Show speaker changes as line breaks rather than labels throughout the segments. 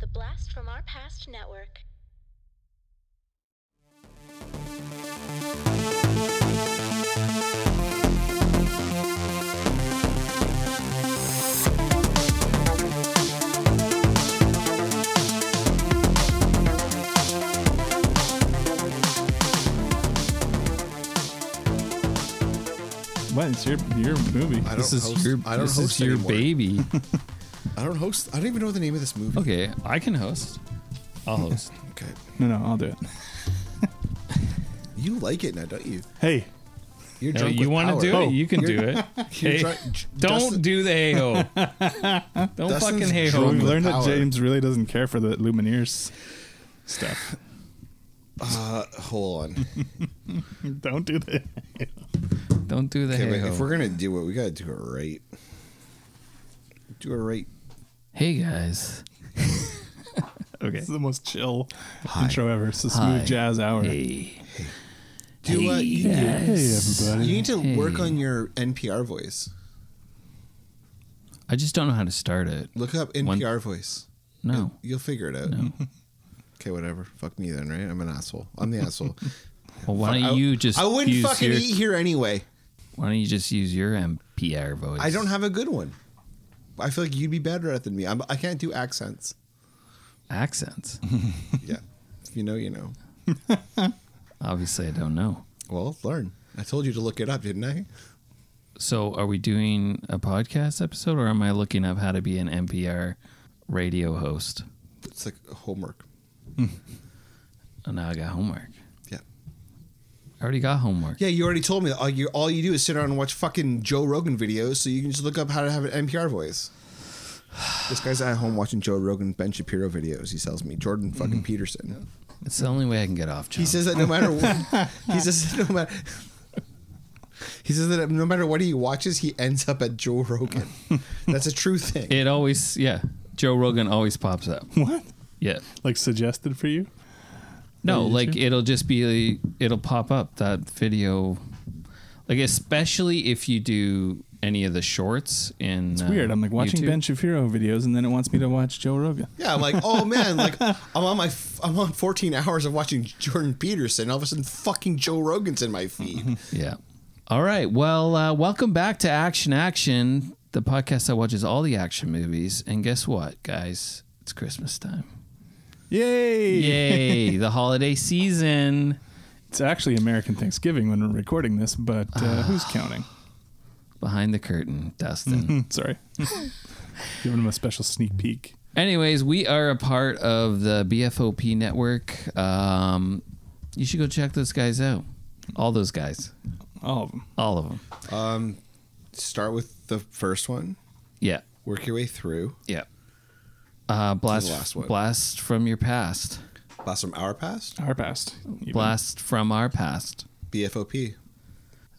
The Blast from Our Past Network.
What? It's your your movie.
I don't
This is
host,
your
I don't
this
host
is your
anymore.
baby.
I don't host. I don't even know the name of this movie.
Okay, I can host. I'll host.
Okay.
No, no, I'll do it.
You like it now, don't you?
Hey,
You're
No,
drunk.
you
want to
do it? You can
You're-
do it.
You're
Hey,
drunk-
don't
Dustin-
do the hey ho. Don't
Dustin's
fucking hey
well,
ho.
drunk.
we've
with
learned that
power.
James really doesn't care for the Lumineers stuff.
Uh, hold on.
don't do that.
Don't do the
Okay,
hey
wait, if we're
ho.
gonna do it, we gotta do it right. Do it right.
Hey guys.
Okay, this is the most chill intro ever. It's the smooth
Hi.
jazz hour.
Hey.
Do what? You,
Hey,
you
everybody.
need to work on your NPR voice.
I just don't know how to start it.
Look up
One-
NPR voice.
No.
You'll figure it out. Okay, whatever. Fuck me then, right? I'm an asshole. I'm the asshole.
Well, why
I-
don't you just
I wouldn't
use
fucking
your,
eat here anyway.
Why don't you just use your MPR voice?
I don't have a good one. I feel like you'd be better at it than me. I'm, I can't do accents.
accents.
Yeah. If you know, you know.
Obviously, I don't know.
Well, learn. I told you to look it up, didn't I?
So, are we doing a podcast episode, or am I looking up how to be an NPR radio host?
It's like homework.
Oh, now I got homework.
Yeah.
I already got homework.
Yeah, you already told me that all you, all you do is sit around and watch fucking Joe Rogan videos, so you can just look up how to have an NPR voice. This guy's at home watching Joe Rogan, Ben Shapiro videos. He tells me Jordan fucking Peterson.
It's the only way I can get off.
Mm-hmm.
John.
He says that no matter what, he says that no matter he says that no matter what he watches, he ends up at Joe Rogan. That's a true thing.
it always. Yeah, Joe Rogan always pops up.
What?
Yeah,
Like suggested for you?
no,
Oh, you
like
too?
it'll just be it'll pop up that video, like especially if you do any of the shorts in. uh, It's
Weird. I'm like watching Ben Shapiro videos, and then it wants me to watch Joe Rogan.
Yeah, I'm like, oh man, like I'm on my, f- I'm on 14 hours of watching Jordan Peterson. All of a sudden, fucking Joe Rogan's in my feed.
Yeah. All right. Well, uh, welcome back to Action Action, the podcast that watches all the action movies. And guess what, guys? It's Christmas time.
Yay!
Yay, the holiday season.
It's actually American Thanksgiving when we're recording this, but uh, who's counting?
Behind the curtain, Dustin.
Sorry. Giving him a special sneak peek.
Anyways, we are a part of the BFOP network. Um, you should go check those guys out. All those guys.
All of them.
All of them.
Start with the first one,
Yeah.
work your way through.
Yeah. Uh, blast,
last one. Mm-hmm.
blast from your past.
Blast from our past,
Our past. even.
Blast from our past.
BFOP.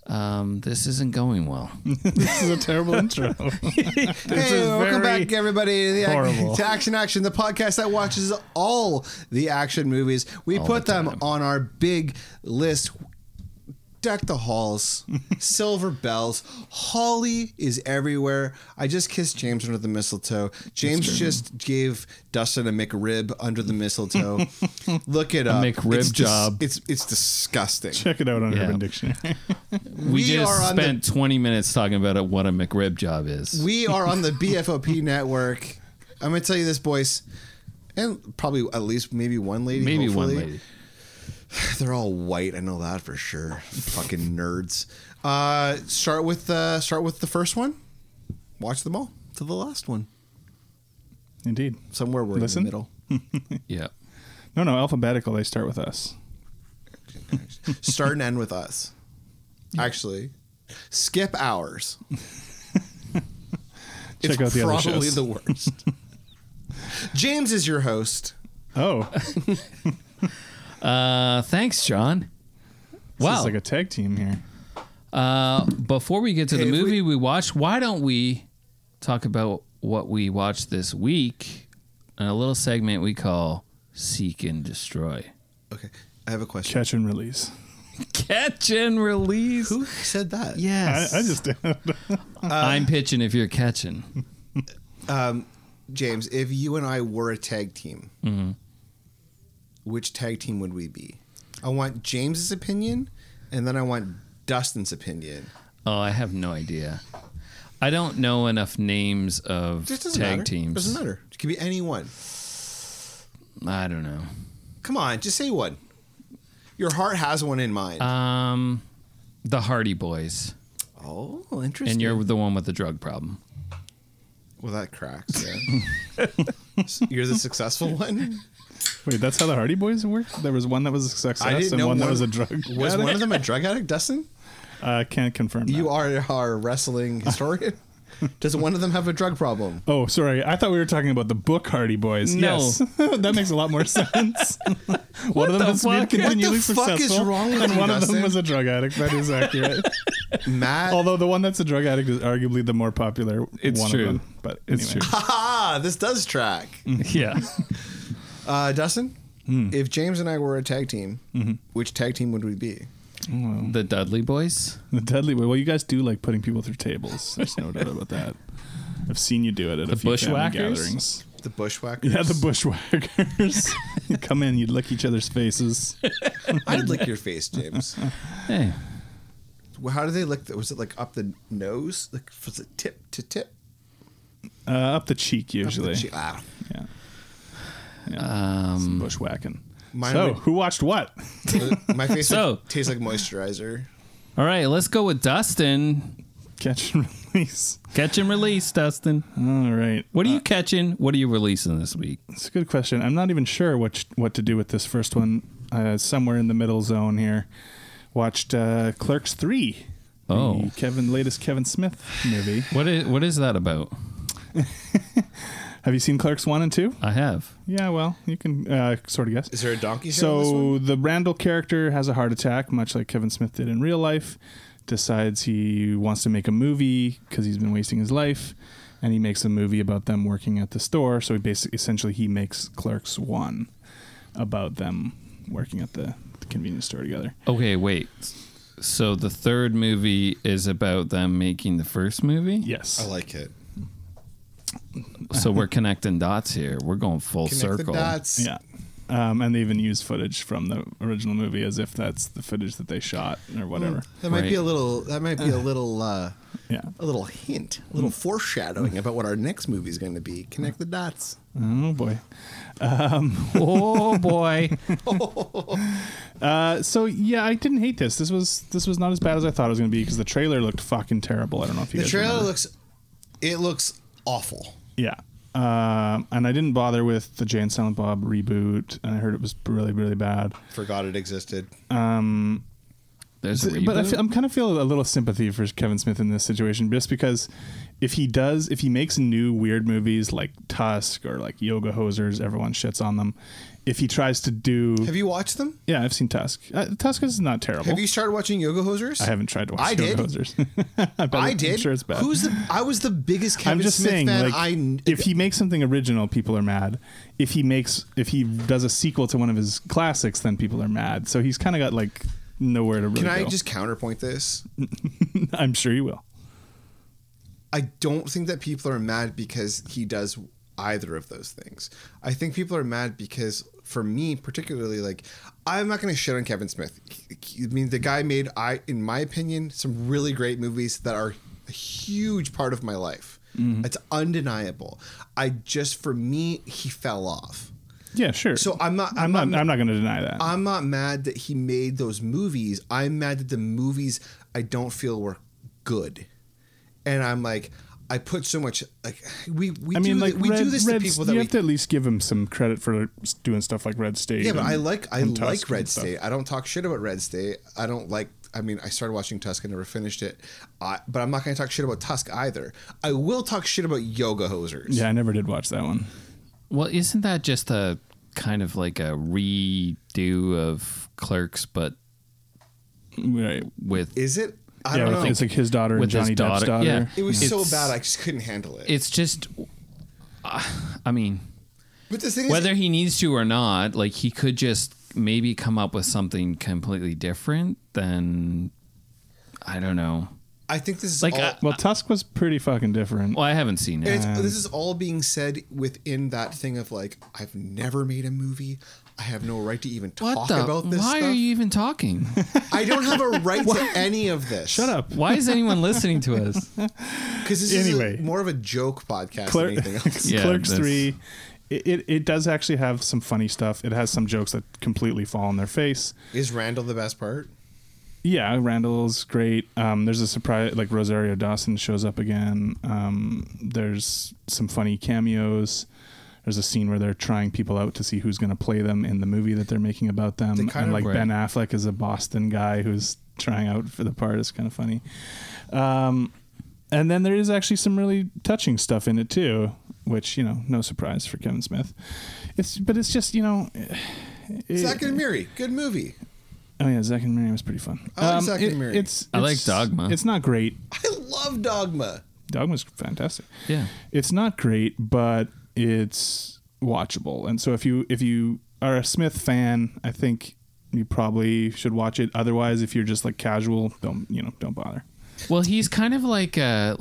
Um, this isn't going well.
This is a terrible intro.
hey,
is
welcome
very
back, everybody, to, the
horrible.
ac- to Action Action, the podcast that watches all the action movies. We put
the
them
time.
on our big list. Deck the halls, silver bells. Holly is everywhere. I just kissed James under the mistletoe. James just gave Dustin a McRib under the mistletoe. Look it up.
McRib
It's dis-
job.
it's it's disgusting.
Check it out on
Yeah.
Urban Dictionary.
We,
We are
just
on the-
spent 20 minutes talking about it, what a McRib job is.
we are on the BFOP network. I'm gonna tell you this, boys, and probably at least maybe one lady.
Maybe
hopefully.
one lady.
They're all white. I know that for sure. Fucking nerds. Uh, start with uh, start with the first one. Watch them all to the last one.
Indeed.
Somewhere we're
Listen.
in the middle.
Yeah.
No, no, alphabetical. They start with us.
Start and end with us. Actually, skip hours.
Check out the other
probably
shows.
the worst. James is your host.
oh,
Uh, thanks, John.
it's
Wow.
like a tag team here.
uh, before we get to the
Hey, if we-
movie we watched, why don't we talk about what we watched this week in a little segment we call Seek and Destroy?
Okay, I have a question.
Catch and release.
Catch and release.
Who said that?
I,
Yes.
I just
I'm pitching if you're catching.
James, if you and I were a tag team,
Mm-hmm.
which tag team would we be? I want James's opinion, and then I want Dustin's opinion.
Oh, I have no idea. I don't know enough names of
This
tag
doesn't matter.
teams.
Doesn't matter. It could be anyone.
I don't know.
Come on, just say one. Your heart has one in mind.
Um, the Hardy Boys,
oh, interesting.
and you're the one with the drug problem.
well, that cracks. Yeah. you're the successful one.
wait. That's how the Hardy Boys work. There was one that was a success
I didn't
and
know
one, that
one-
was a drug.
Was
addict.
one of them a drug addict, Dustin?
I can't confirm.
You
that.
are our wrestling historian. Does one of them have a drug problem?
Oh, sorry. I thought we were talking about the book Hardy Boys.
No.
Yes, that makes a lot more sense. one of them
the
has
fuck? What
been
the
continually
fuck is
successful,
wrong with
and
you,
one of
Dustin?
them was a drug addict. That is accurate.
Matt.
Although the one that's a drug addict is arguably the more popular.
It's
one
true.
Of them. But anyway.
It's
true.
ah, this does track.
Yeah.
Uh, Dustin, if James and I were a tag team, which tag team would we be?
the Dudley Boys.
The Dudley Boy. Well, you guys do like putting people through tables. There's no doubt about that. I've seen you do it at a few family
Bushwhackers?
gatherings.
The Bushwhackers.
Yeah, the bushwhackers. you come in, you would lick each other's faces.
I'd lick your face, James.
Hey,
Well, How do they lick? The, was it like up the nose? Like was it tip to tip?
Uh, up the cheek
Up the
usually.
cheek? Ah.
Yeah. yeah.
Um,
Some bushwhacking.
Mine
So,
would-
who watched what?
My face
So-
like, tastes like moisturizer.
all right, let's go with Dustin.
Catch and release.
Catch and release, Dustin.
All right.
What are you catching? What are you releasing this week?
It's a good question. I'm not even sure what what to do with this first one. Uh, somewhere in the middle zone here. Watched uh, Clerks Three. the
Oh.
Kevin latest Kevin Smith movie.
What is what is that about?
Have you seen Clerks One and Two?
I have.
Yeah. Well, you can uh, sort of guess.
Is there a donkey? So in this one?
So the Randall character has a heart attack, much like Kevin Smith did in real life. Decides he wants to make a movie because he's been wasting his life, and he makes a movie about them working at the store. So he basically, essentially, he makes Clerks One about them working at the, the convenience store together.
Okay, wait. So the third movie is about them making the first movie.
Yes,
I like it.
So we're connecting dots here. We're going full
Connect the
circle.
dots.
yeah. Um, and they even use footage from the original movie as if that's the footage that they shot or whatever.
That might be a
Right.
little. That might be a little. Uh,
Yeah.
a little hint, a little foreshadowing about what our next movie is going to be. Connect the dots.
Oh boy.
Oh boy.
Uh, so yeah, I didn't hate this. This was this was not as bad as I thought it was going to be because the trailer looked fucking terrible. I don't know if you
The
guys
trailer
remember.
looks. It looks awful.
yeah. Um, and I didn't bother with the Jay and Silent Bob reboot, and I heard it was really, really bad.
Forgot it existed.
There's a
But I
reboot?
feel, I'm kind of feeling a little sympathy for Kevin Smith in this situation, just because if he does, if he makes new weird movies like Tusk or like Yoga Hosers, everyone shits on them. If he tries to do,
Have you watched them?
yeah, I've seen Tusk. Uh, Tusk is not terrible.
Have you started watching Yoga Hosers?
I haven't tried to watch
I
Yoga
did.
Hosers. I, bet-
I
I'm
did.
sure it's bad.
Who's the? I was the biggest Kevin
I'm just
Smith
saying,
fan.
like,
I kn-
if he makes something original, people are mad. If he makes, if he does a sequel to one of his classics, then people are mad. So he's kind of got like nowhere to really
can I
go.
just counterpoint this?
I'm sure he will.
I don't think that people are mad because he does either of those things. I think people are mad because, for me particularly, like I'm not going to shit on Kevin Smith. I mean, the guy made, I in my opinion, some really great movies that are a huge part of my life. It's undeniable. I just, for me, he fell off.
Yeah, sure.
So I'm not-
I'm, not.
I'm not-
I'm not going to deny that.
I'm not mad that he made those movies. I'm mad that the movies I don't feel were good, and I'm like, I put so much like we we
I
do
mean,
thi-
like
we
Red,
do this
Red-
to people that
you
we
have to at least give him some credit for doing stuff like Red State.
yeah, but
and-
I like I
and Tusk
like
and
Red
stuff.
State. I don't talk shit about Red State. I don't like I mean, I started watching Tusk. I never finished it. I, but I'm not going to talk shit about Tusk either. I will talk shit about Yoga Hosers.
Yeah, I never did watch that one.
Well, isn't that just a kind of like a redo of Clerks, but
Right.
with
Is it? I
yeah,
don't
with-
know.
it's like his daughter and
With his
Johnny Depp's
daughter,
daughter.
yeah.
it was so
it's-
bad, I just couldn't handle it.
it's just? uh, I mean,
but the thing is,
whether he needs to or not, like he could just maybe come up with something completely different than I don't know.
I think this is
Like,
all,
uh,
Well, Tusk was pretty fucking different.
Well, I haven't
And
seen it.
it's, this is all being said within that thing of like, I've never made a movie. I have no right to even talk
What the?
about this
Why
stuff.
are you even talking?
I don't have a right to any of this. Shut
up.
Why is anyone listening to us?
Because this
Anyway.
is a- more of a joke podcast
Cler-
than anything else.
Yeah,
Clerks
that's-
three. It, it it does actually have some funny stuff. It has some jokes that completely fall on their face.
Is Randall the best part?
Yeah, Randall's great. Um, there's a surprise like Rosario Dawson shows up again. Um, there's some funny cameos. There's a scene where they're trying people out to see who's going to play them in the movie that they're making about them.
They
and
kind of-
like
Right.
Ben Affleck is a Boston guy who's trying out for the part. It's kind of funny. Um, and then there is actually some really touching stuff in it too, which you know, no surprise for Kevin Smith. It's but it's just you know, it-
Zack and Miri, good movie.
Oh yeah, Zack and Mary was pretty fun. Um,
I like Zack and
it-
Miri.
It's,
I like
it's-
Dogma.
It's not great.
I love Dogma.
Dogma's fantastic.
Yeah.
It's not great, but it's watchable. And so if you if you are a Smith fan, I think you probably should watch it. Otherwise, if you're just like casual, don't you know, don't bother.
Well, he's kind of like uh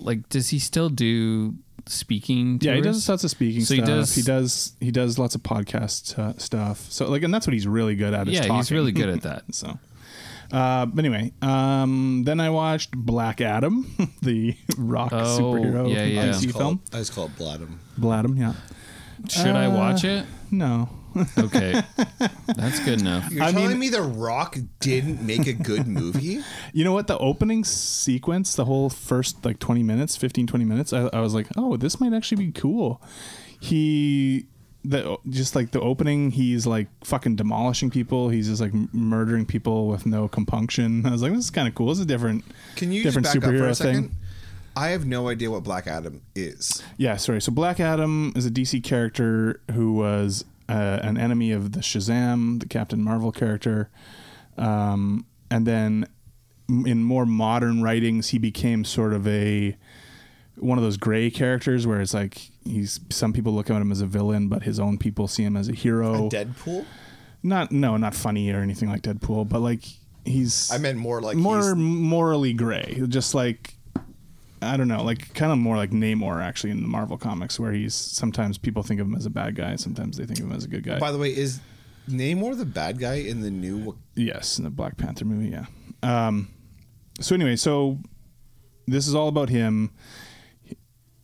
like does he still do speaking?
Yeah, he
tours?
does lots of speaking
So he
stuff. He
does-
does, he does lots of podcast uh, stuff. So like, and that's what he's really good at. Is
Yeah, he's
talking.
really good at that.
So, uh, but anyway, um, then I watched Black Adam, the rock
Oh,
superhero
yeah, yeah.
DC film.
I just call it Bladum.
Bladum, yeah.
Should I watch it?
No,
Uh, Okay, that's good enough.
You're
I
telling
mean-
me The Rock didn't make a good movie?
you know what? The opening sequence, the whole first like 20 minutes, 15, 20 minutes, I, I was like, oh, this might actually be cool. He. The, just like the opening, he's like fucking demolishing people. He's just like m- murdering people with no compunction. I was like, this is kind of cool. This is a different,
Can you
different
just back up for
superhero
a
thing.
second? I have no idea what Black Adam is.
Yeah, sorry. So Black Adam is a DC character who was uh, an enemy of the Shazam, the Captain Marvel character. Um, and then m- in more modern writings, he became sort of a one of those gray characters where it's like he's some people look at him as a villain, but his own people see him as a hero.
Deadpool?
not no, not funny or anything like Deadpool, but like he's
I meant more like
more
he's-
morally gray, just like I don't know, like kind of more like Namor actually in the Marvel comics, where he's sometimes people think of him as a bad guy, sometimes they think of him as a good guy.
By the way, is Namor the bad guy in the new? Wak-
yes, in the Black Panther movie, yeah. Um, so anyway, so this is all about him.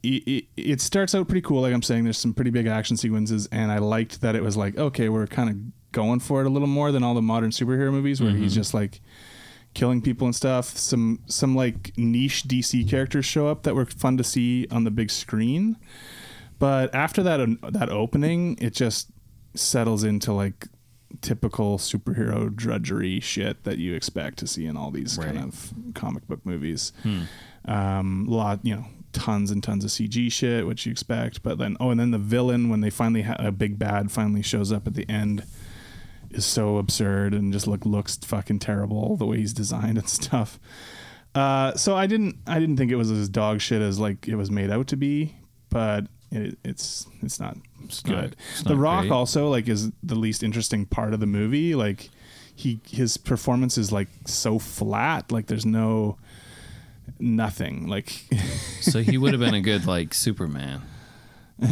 It, it, it starts out pretty cool, like I'm saying. There's some pretty big action sequences, and I liked that it was like, okay, we're kind of going for it a little more than all the modern superhero movies, where he's just like killing people and stuff. Some some like niche DC characters show up that were fun to see on the big screen. But after that that opening, it just settles into like typical superhero drudgery shit that you expect to see in all these kind
Right.
of comic book movies. Um, lot, you know, tons and tons of CG shit, which you expect. But then, oh, and then the villain when they finally ha- a big bad finally shows up at the end is so absurd and just look looks fucking terrible the way he's designed and stuff. Uh, so I didn't I didn't think it was as dog shit as like it was made out to be, but it, it's it's not good.
not- it's
the
not
Rock
great.
also like is the least interesting part of the movie. Like he his performance is like so flat. Like there's no nothing. Like
So he would have been a good like Superman.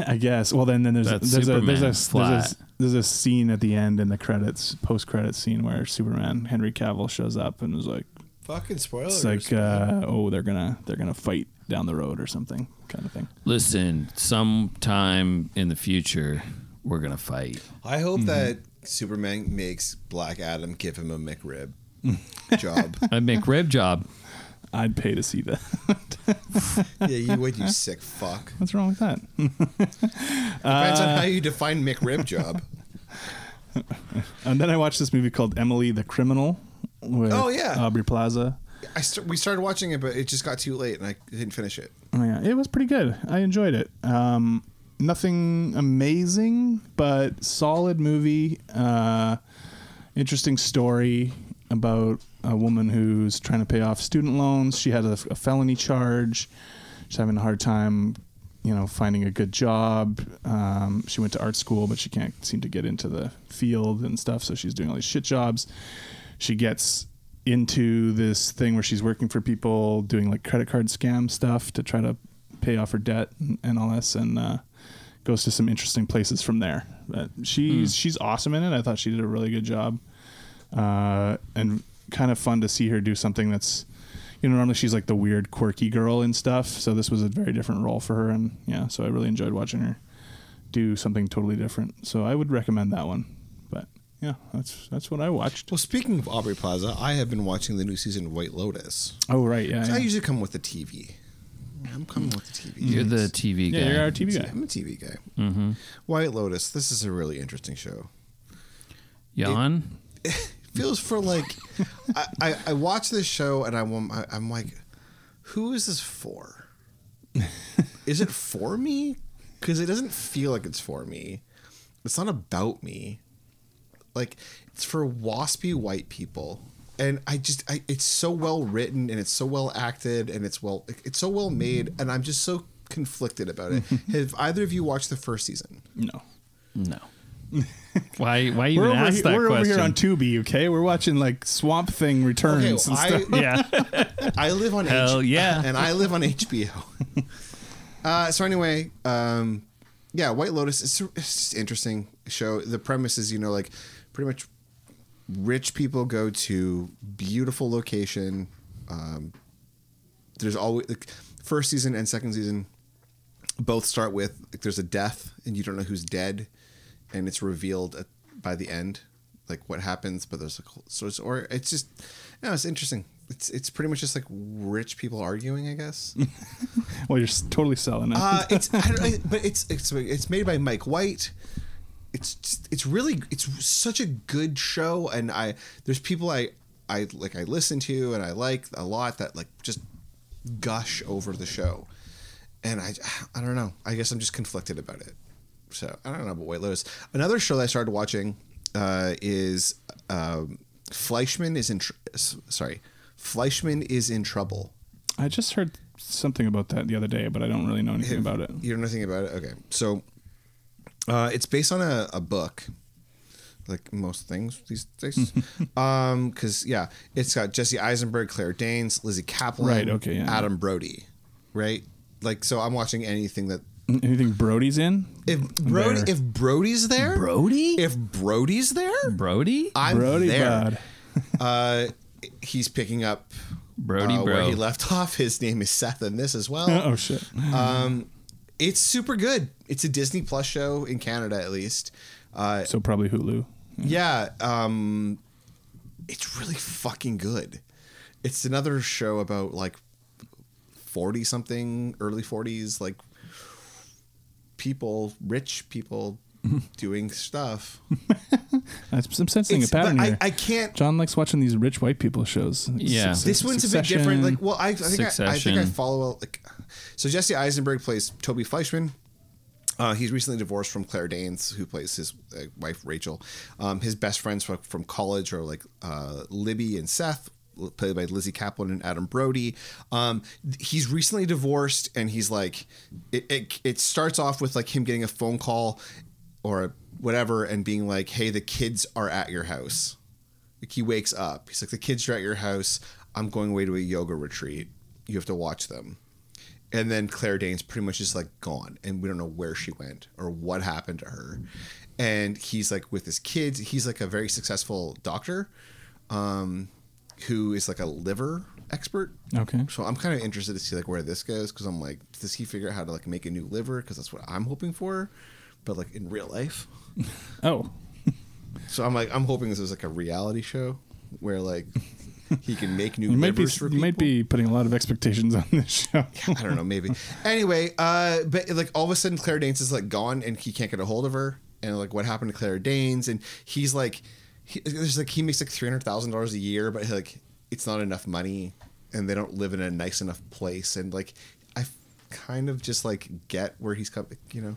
I guess. Well, then then there's a,
That's
there's, a,
Superman,
there's a
flat.
there's a there's a scene at the end in the credits post credits scene where Superman Henry Cavill shows up and is like
Fucking spoilers.
it's like uh, oh they're gonna they're gonna fight down the road or something kind of thing.
Listen, sometime in the future, we're gonna fight.
I hope
mm-hmm.
that Superman makes Black Adam give him a McRib job.
I make rib job.
I'd pay to see that.
yeah, you would, you sick fuck.
What's wrong with that? Uh,
Depends on how you define McRib job.
And then I watched this movie called Emily the Criminal, with
Oh, yeah.
Aubrey Plaza.
I st- we started watching it, but it just got too late, and I didn't finish it.
Oh, yeah, it was pretty good. I enjoyed it. Um, nothing amazing, but solid movie. Uh, interesting story about a woman who's trying to pay off student loans. She had a, a felony charge. She's having a hard time, you know, finding a good job. Um, she went to art school, but she can't seem to get into the field and stuff. So she's doing all these shit jobs. She gets into this thing where she's working for people, doing like credit card scam stuff to try to pay off her debt and, and all this, and uh, goes to some interesting places from there. But she's she's awesome in it. I thought she did a really good job uh, and kind of fun to see her do something that's you know normally she's like the weird quirky girl and stuff so this was a very different role for her and yeah so i really enjoyed watching her do something totally different so i would recommend that one but yeah that's that's what i watched
Well, speaking of Aubrey Plaza, I have been watching the new season of White Lotus.
oh right yeah,
So I
yeah.
usually come with the TV. I'm coming with the TV.
You're the TV guy.
Yeah, you're our tv guy Mm-hmm.
I'm a TV guy. White Lotus. This is a really interesting show.
Jan?
feels for like I, I, I watch this show and I'm I, I'm like, who is this for? is it for me? Because it doesn't feel like it's for me. It's not about me. Like it's for waspy white people. And I just, I, it's so well written and it's so well acted and it's well, it's so well made. And I'm just so conflicted about it. Have either of you watched the first season?
no
No. why why even
we're, over
ask
here,
that
we're over
question?
here on Tubi, okay? We're watching like Swamp Thing returns
well,
and stuff.
I-
yeah.
I live on
Hell yeah.
and I live on HBO. uh, so anyway, um, yeah, White Lotus is it's just an interesting show. The premise is you know like pretty much rich people go to beautiful location. Um, there's always like, first season and second season both start with like, there's a death and you don't know who's dead, and it's revealed at, by the end like what happens. But there's a whole- so it's or it's just no, it's interesting. It's it's pretty much just like rich people arguing, I guess.
Well, you're s- totally selling it.
Uh, it's I don't, I, but it's it's it's made by Mike White. It's just- it's really it's such a good show, and I there's people I I like I listen to and I like a lot that like just gush over the show, and I I don't know. I guess I'm just conflicted about it. So I don't know about White Lotus. Another show that I started watching uh, is um, Fleischman is in tr- s- sorry Fleischman is in trouble.
I just heard something about that the other day, but I don't really know anything about it.
You know nothing about it? Okay. So uh, it's based on a, a book, like most things these days. um, because yeah, it's got Jesse Eisenberg, Claire Danes, Lizzie Kaplan,
Right, okay, yeah.
Adam Brody, right? Like, so I'm watching anything that
Anything Brody's in?
if Brody,
there.
if Brody's there,
Brody?
if Brody's there,
Brody?
I'm
Brody
there.
Bud.
Uh, he's picking up
Brody
uh, where
Bro.
he left off. His name is Seth, and this as well.
oh shit.
It's super good. It's a Disney Plus show in Canada, at least. Uh,
So probably Hulu.
yeah, um, it's really fucking good. It's another show about like forty something, early forties, like people, rich people, doing stuff.
I- I'm sensing a
It's- but
pattern
I,
here.
I can't.
John likes watching these rich white people shows.
Yeah.
Succe-
This one's a bit
Succession.
different. Like, well, I, I think I, I think I
Succession.
follow like. So Jesse Eisenberg plays Toby Fleischman. Uh, he's recently divorced from Claire Danes, who plays his uh, wife Rachel. Um, his best friends from, from college are like uh, Libby and Seth, played by Lizzie Kaplan and Adam Brody. Um, th- he's recently divorced, and he's like, it, it, it starts off with like him getting a phone call or whatever, and being like, "Hey, the kids are at your house." Like he wakes up. He's like, the kids are at your house. I'm going away to a yoga retreat. You have to watch them. And then Claire Danes pretty much is like gone, and we don't know where she went or what happened to her. And he's like with his kids. He's like a very successful doctor, um, who is like a liver expert.
Okay.
So I'm kind of interested to see like where this goes because I'm like, does he figure out how to like make a new liver? Because that's what I'm hoping for, but like in real life.
Oh.
So I'm like, I'm hoping this is like a reality show where like he can make new
You might be
members for
you might
people.
be putting a lot of expectations on this show.
I don't know, maybe. Anyway, uh, but like all of a sudden Claire Danes is like gone and he can't get a hold of her. And like what happened to Claire Danes? And he's like he, there's like he makes like three hundred thousand dollars a year, but like it's not enough money, and they don't live in a nice enough place, and like I kind of just like get where he's coming, you know,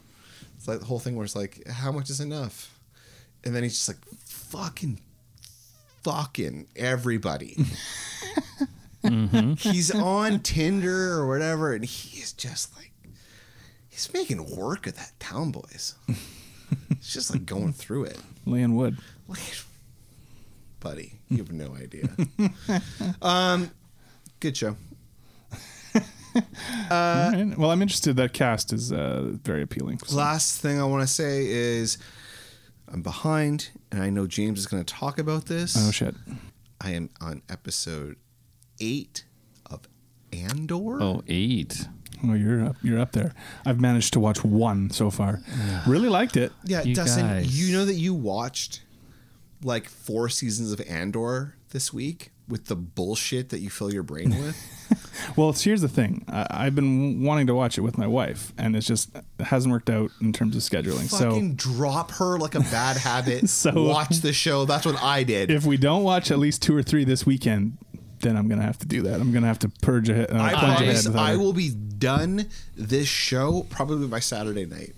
it's like the whole thing where it's like how much is enough, and then he's just like fucking, fucking everybody. He's on Tinder or whatever, and he is just like he's making work of that town boys. it's just like going through it.
Leon Wood.
Like, buddy, you have no idea. um, good show.
All
Uh,
right. Well, I'm interested. That cast is uh, very appealing. So-
Last thing I want to say is I'm behind, and I know James is going to talk about this.
oh shit.
I am on episode eight of Andor.
Oh, eight.
Oh, you're up. You're up there. I've managed to watch one so far. really liked it.
Yeah,
You
Dustin,
guys.
you know that you watched like four seasons of Andor this week with the bullshit that you fill your brain with.
Well, it's, here's the thing. I, I've been wanting to watch it with my wife, and it's just it hasn't worked out in terms of scheduling. so
Fucking drop her like a bad habit.
So-
watch the show. That's what I did.
if we don't watch at least two or three this weekend, then I'm gonna have to do that. I'm gonna have to purge ahead. Uh,
I
plunge ahead
promise
without
I
her.
will be done this show probably by Saturday night.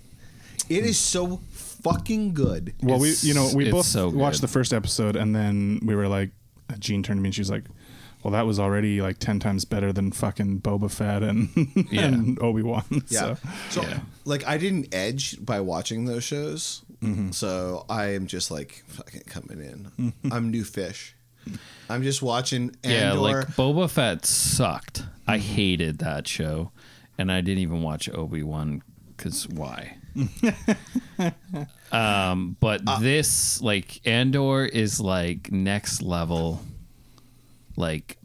It is so fucking good.
Well,
It's-
we you know we
it's
both
so good.
watched the first episode, and then we were like, Jean turned to me and she's like, "Well, that was already like ten times better than fucking Boba Fett and and Obi Wan."
Yeah.
So.
So, like, I didn't edge by watching those shows. So I am just like fucking coming in. I'm new fish. I'm just watching
Yeah,
Andor.
like Boba Fett sucked. I
Mm-hmm.
hated that show, and I didn't even watch Obi Wan because why? um, but
Uh,
this like Andor is like next level, like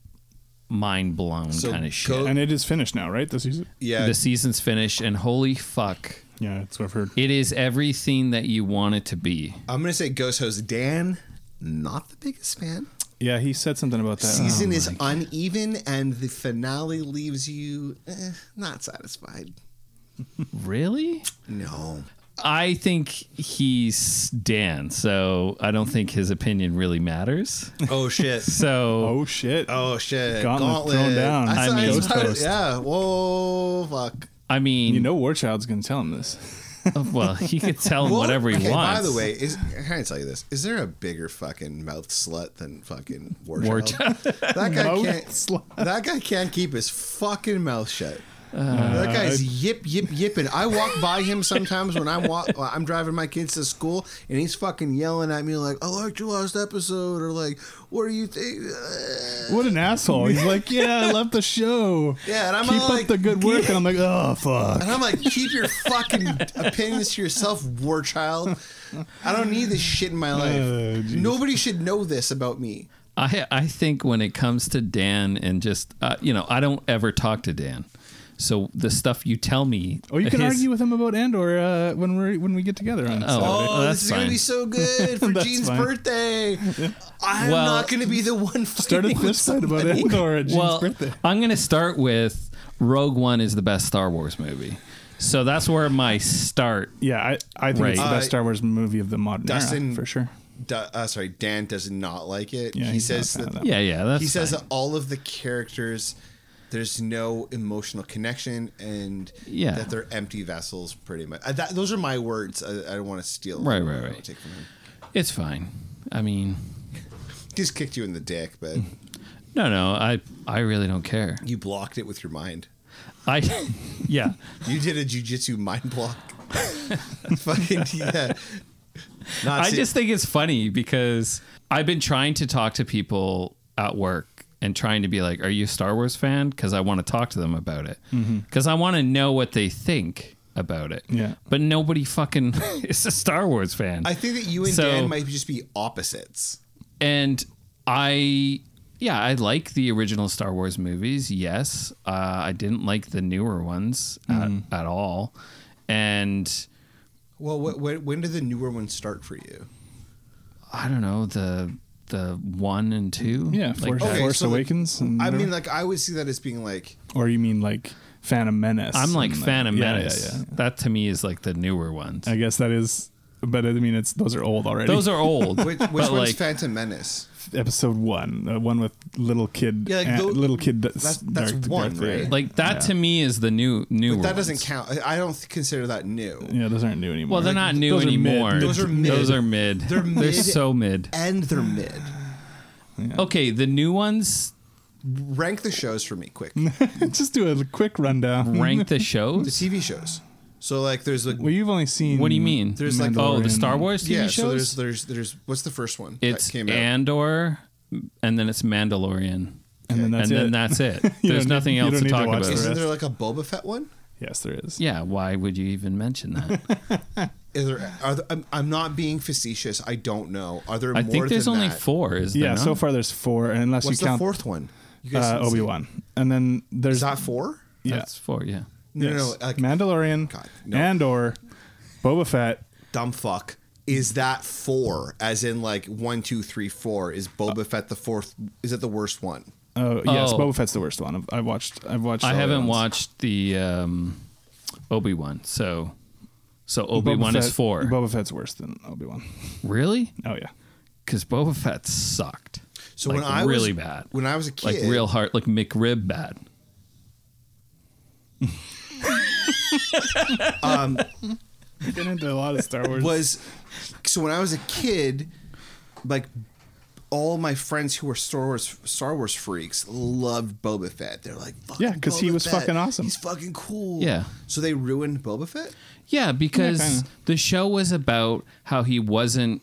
mind blown
So
kind
go-
of shit.
And it is finished now, right? This season.
yeah.
The season's finished, and holy fuck,
Yeah, that's what I've heard.
it is everything that you want it to be.
I'm going to say Ghost Host Dan, not the biggest fan.
Yeah, he said something about that. Um,
Season is uneven, and the finale leaves you eh, not satisfied.
Really?
No.
I think he's Dan, so I don't think his opinion really matters.
Oh, shit.
So
Oh shit!
Oh shit!
Gauntlet thrown down.
I,
I
saw- I
mean-
saw-
Ghost Host.
yeah. Whoa, fuck.
I mean,
You know, Warchild's gonna tell him this.
well, he could tell him
Well,
whatever he
okay,
wants.
By the way, is can I tell you this? Is there a bigger fucking mouth slut than fucking Warchild? That guy
Mouth
can't.
slut.
That guy can't keep his fucking mouth shut. that guy's yip yip yipping. I walk by him sometimes when I'm walk, I'm driving my kids to school, and he's fucking yelling at me like, "I liked your last episode," or like, "What do you think?"
What an asshole! He's like, "Yeah, I love the show.
Yeah, and I'm
keep
all
up
like-
the good work." And I'm like, "Oh fuck."
And I'm like, keep your fucking opinions to yourself, war child. I don't need this shit in my life.
Oh, geez.
Nobody should know this about me.
I I think when it comes to Dan and just uh, you know, I don't ever talk to Dan. So the stuff you tell me,
Or Oh, you can
his-
argue with him about Andor uh, when we when we get together on Saturday.
Oh,
that's
this is gonna
fine.
be so good for
That's
Gene's
fine.
birthday. I'm
Well-
not gonna be the one.
Start
fighting
at
with
this side about
somebody.
Andor at Gene's
Well,
birthday.
I'm going to start with Rogue One is the best Star Wars movie. So that's where my start.
Yeah, I, I think it's the
Right.
best
Uh,
Star Wars movie of the modern
Dustin-
era for sure.
Du- uh, sorry, Dan does not like it.
Yeah,
he
he's not a
says
fan
that
of that.
Yeah, yeah, that's
he says
fine.
that all of the characters there's no emotional connection and
Yeah.
that they're empty vessels pretty much Uh, that, those are my words i, I don't want to steal
Right, right,
I don't
right.
take from him.
it's fine. I mean,
just kicked you in the dick but
Mm.
no, no, I I really don't care.
you blocked it with your mind
I yeah.
you did a jujitsu mind block fucking yeah Not
I
se-
just think it's funny because I've been trying to talk to people at work and trying to be like, "Are you a Star Wars fan?" Because I want to talk to them about it because I want to know what they think about it.
Mm-hmm. Yeah.
but nobody fucking is a Star Wars fan.
i think that you and
So-
dan might just be opposites
and I, yeah, I like the original Star Wars movies. Yes, uh, I didn't like the newer ones
Mm-hmm.
at, at all, and.
well wh- wh- when did the newer one start for you
I don't know the the one and two.
Yeah, Force,
Okay,
Force
so, like,
Awakens. and
i mean
whatever.
like i would see that as being like
or you mean like Phantom Menace?
I'm like
and,
Phantom
yeah,
Menace.
Yeah, yeah.
That to me is like the newer ones.
I guess that is but I mean, it's those are old already.
Those are old.
Which,
but
which one's
like,
Phantom Menace?
episode one, uh, one with little kid,
Yeah, like
uh,
tho-
little kid.
that's- that's one,
Vader.
right?
like that to me is the new new.
But that doesn't
ones.
count. I I don't consider that new.
yeah, those aren't new anymore.
Well, they're not new
those are mid-
anymore.
mid-
Those are mid.
Those are mid.
They're
They're
mid.
so mid.
And they're mid.
Okay, the new ones
Rank the shows for me, quick.
Just do a quick rundown.
rank the
The
shows.
TV shows. So like, there's like
Well, you've only seen.
What do you mean?
There's like-
oh, the
Mandalorian.
Star Wars TV
yeah.
shows.
So there's there's there's what's the first one
it's
that came out?
Andor, and then it's Mandalorian,
and then that's
and then
it.
that's it.
You
there's
don't
nothing
need- you
else
don't
to
need to
talk
watch
about.
the
Isn't
rest.
there like a Boba Fett one?
yes, there is.
Yeah, why would you even mention that?
Is there? Are there, I'm, I'm not being facetious. I don't know. Are there
I
more
think there's
than
only
that?
four. Is there
Yeah, so
not?
far there's four, and unless
What's
you
the
count
four fourth one? You guys
uh,
didn't see
Obi
it.
Wan, and then there's
Is that four?
yeah,
that's four. Yeah,
No, no,
yes.
no, like-
Mandalorian,
God, no.
Andor, Boba Fett.
Dumb fuck. Is that four? As in like one, two, three, four? Is Boba Fett the fourth? Is it the worst one?
Oh yes,
Oh.
Boba Fett's the worst one. I've, I've watched. I've watched.
I
all the
haven't
ones.
watched the um, Obi Wan. So, so
Boba
Obi Wan is
Fett-
four.
Boba Fett's worse than Obi Wan.
really?
Oh yeah,
Because Boba Fett sucked.
So
Like,
when I
really
was,
bad,
when I was a
like
kid,
real hard, like McRib bad.
been into a lot of Star Wars.
was so when I was a kid, like all my friends who were Star Wars Star Wars freaks loved Boba Fett. They're like, fucking
Yeah, 'cause he
Boba
was
Fett.
fucking awesome.
He's fucking cool.
Yeah.
So they ruined Boba Fett.
Yeah, because
kinda.
the show was about how he wasn't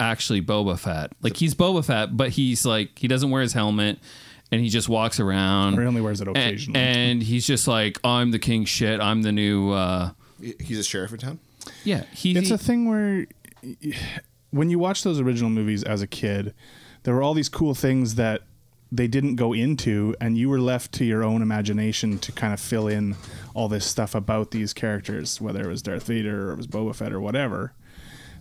actually Boba Fett. Like he's Boba Fett, but he's like he doesn't wear his helmet and he just walks around.
Or he only wears it
And-
occasionally.
And, he's just like, I'm the king shit. I'm the new. uh
He's a sheriff in town.
Yeah, he.
it's a thing where when you watch those original movies as a kid, there were all these cool things that they didn't go into, and you were left to your own imagination to kind of fill in all this stuff about these characters, whether it was Darth Vader or it was Boba Fett or whatever.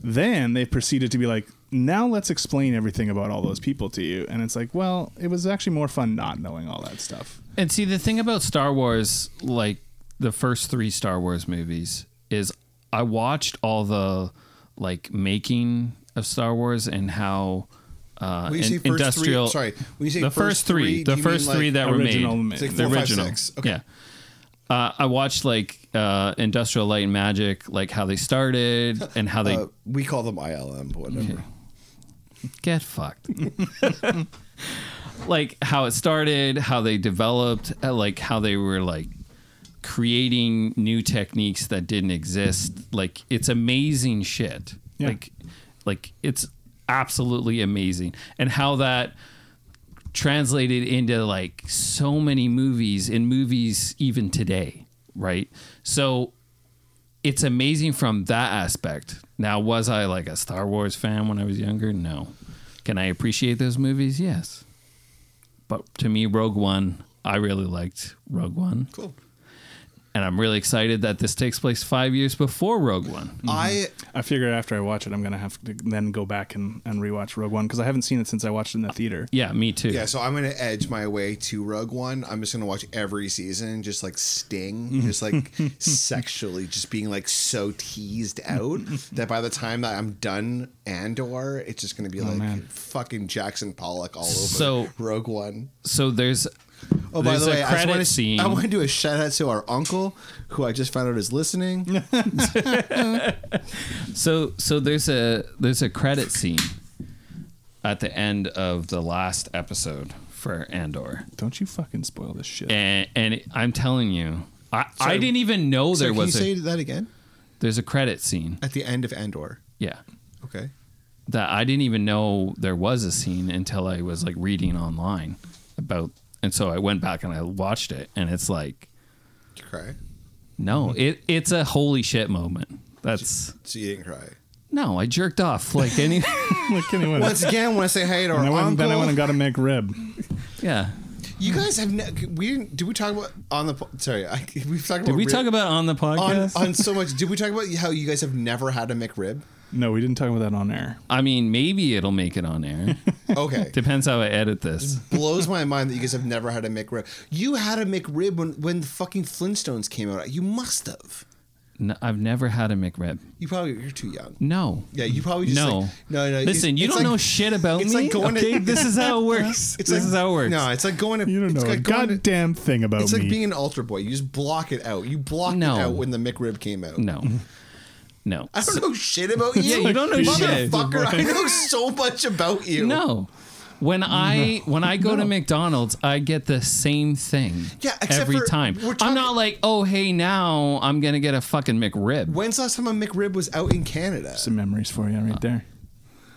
Then they proceeded to be like, now let's explain everything about all those people to you. And it's like, well, it was actually more fun not knowing all that stuff.
And see, the thing about Star Wars, like the first three Star Wars movies, is I watched all the like making of Star Wars and how uh,
When you
in-
say first
industrial.
three, sorry, when you say
the
first
first three,
three, do
the
you
first
mean,
three
like,
that were made,
original ma-
It's like
the
four, five,
original.
six. Okay.
Yeah. Uh, I watched like uh, Industrial Light and Magic, like how they started and how they
Uh, we call them ILM, but whatever.
get fucked. like how it started, how they developed, uh, like how they were like creating new techniques that didn't exist. Like it's amazing shit.
Yeah.
Like like it's absolutely amazing. And how that translated into like so many movies and movies even today, right? So it's amazing from that aspect. Now, was I like a Star Wars fan when I was younger? No. Can I appreciate those movies? Yes. But to me, Rogue One, I really liked Rogue One.
Cool.
And I'm really excited that this takes place five years before Rogue One.
I
I figure after I watch it, I'm going to have to then go back and, and rewatch Rogue One because I haven't seen it since I watched it in the theater.
Yeah, me too.
yeah, so I'm gonna edge my way to Rogue One. I'm just gonna watch every season, just like Sting,
Mm-hmm.
just like sexually, just being like so teased out that by the time that I'm done Andor, it's just gonna be like
man.
fucking Jackson Pollock all over
Oh, So-
Rogue One.
So there's.
Oh, by
there's
the
a
way, I just
credit
want to
scene.
I want to do a shout out to our uncle, who I just found out is listening.
So so there's a there's a credit scene at the end of the last episode for Andor.
Don't you fucking spoil this shit.
And and it- I'm telling you, I, I
Sorry.
didn't even know
So
there
can
was
you
a
say that again
there's a credit scene.
at the end of Andor?
Yeah.
Okay.
That I didn't even know there was a scene until I was like reading online about and so I went back and I watched it and it's like
Did you cry?
no,
Mm-hmm.
it it's a holy shit moment. That's
So you didn't cry.
no, I jerked off like any
Like anyone.
Once again, want to say hey to our
And I went,
uncle.
then I went and got a McRib.
Yeah.
You guys have ne- we didn't did we talk about on the po- sorry I, we've talked about
Did we
rib-
talk about on the
on,
podcast?
on so much did we talk about how you guys have never had a McRib?
No, we didn't talk about that on air.
I mean, maybe it'll make it on air.
Okay,
Depends how I edit this.
blows my mind that you guys have never had a McRib. You had a McRib when when the fucking Flintstones came out. You must have.
N- I've never had a McRib.
You probably you're too young.
No.
Yeah, you probably just
no.
like- no, no.
Listen,
it's-
you
it's
don't
like-
know shit about
it's
me.
like going to-
okay, this is how it works.
It's
this
like,
is how it works.
No, it's like going to.
You don't
it's
know a
like going to-
goddamn thing about
It's
me.
like being an altar boy. You just block it out. You blocked
No.
it out when the McRib came out.
no. No.
I don't know shit about you.
Yeah, you don't know shit.
Motherfucker, I know so much about you.
No. When I when I go to McDonald's, I get the same thing.
Yeah, except
every
for-
time.
we're
I'm
talking-
not like, oh hey, now I'm gonna get a fucking McRib.
When's the last time a McRib was out in Canada?
Some memories for you
Uh,
right there.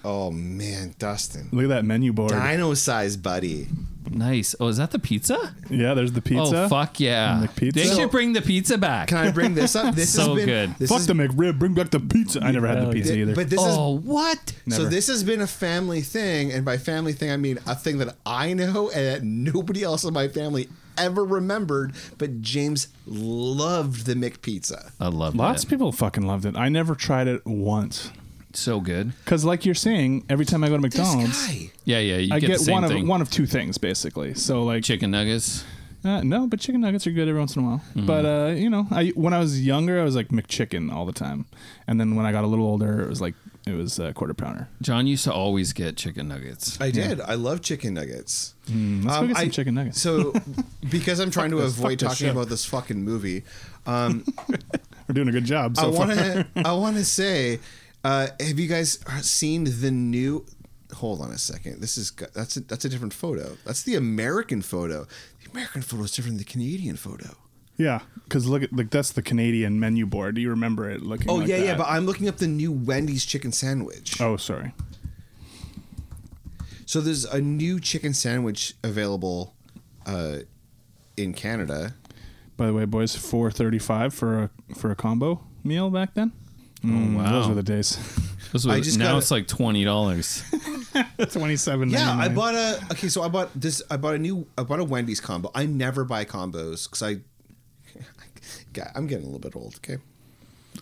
Oh man, Dustin.
Look at that menu board.
Dino size, buddy.
Nice. Oh, is that the pizza?
Yeah, there's the pizza.
Oh fuck yeah!
And the pizza.
They
So-
should bring the pizza back.
Can I bring this up? This
So
has been
good.
This
Fuck
has
the McRib. Bring back the pizza. I never had the pizza
Th-
either.
But this
Oh,
is what?
Never.
So this has been a family thing, and by family thing I mean a thing that I know and that nobody else in my family ever remembered. But James loved the McPizza.
I love
Lots of
that.
people fucking loved it. I never tried it once.
So good.
Because, like you're saying, every time I go to
This
McDonald's,
guy.
Yeah, yeah. You
I
get,
get,
the same
one of
thing.
one of two things basically. So like
chicken nuggets.
uh, no, but chicken nuggets are good every once in a while.
Mm-hmm.
But uh, you know, I when I was younger, I was like McChicken all the time, and then when I got a little older, it was like it was uh, quarter pounder.
John used to always get chicken nuggets.
I did. I love chicken nuggets.
Mm, Let's go
Um,
get some
I-
chicken nuggets.
So, because I'm trying to
this- fuck
avoid
this
talking
show.
about this fucking movie, um,
We're doing a good job so
I want
far.
to. I want to say, uh, have you guys seen the new? Hold on a second. This is go- that's a, that's a different photo. That's the American photo. The American photo is different than the Canadian photo.
Yeah, because look at like that's the Canadian menu board. Do you remember it looking?
Oh
like
yeah, yeah.
that?
But I'm looking up the new Wendy's chicken sandwich.
oh sorry.
So there's a new chicken sandwich available uh, in Canada.
By the way, boys, four thirty-five for a for a combo meal back then.
Oh,
Mm,
wow.
those were the days.
This was,
I just
now
got a-
it's like twenty dollars.
Twenty-seven.
Yeah, I bought a okay. So I bought this. I bought a new. I bought a Wendy's combo. I never buy combos because I, God, I'm getting a little bit old. Okay,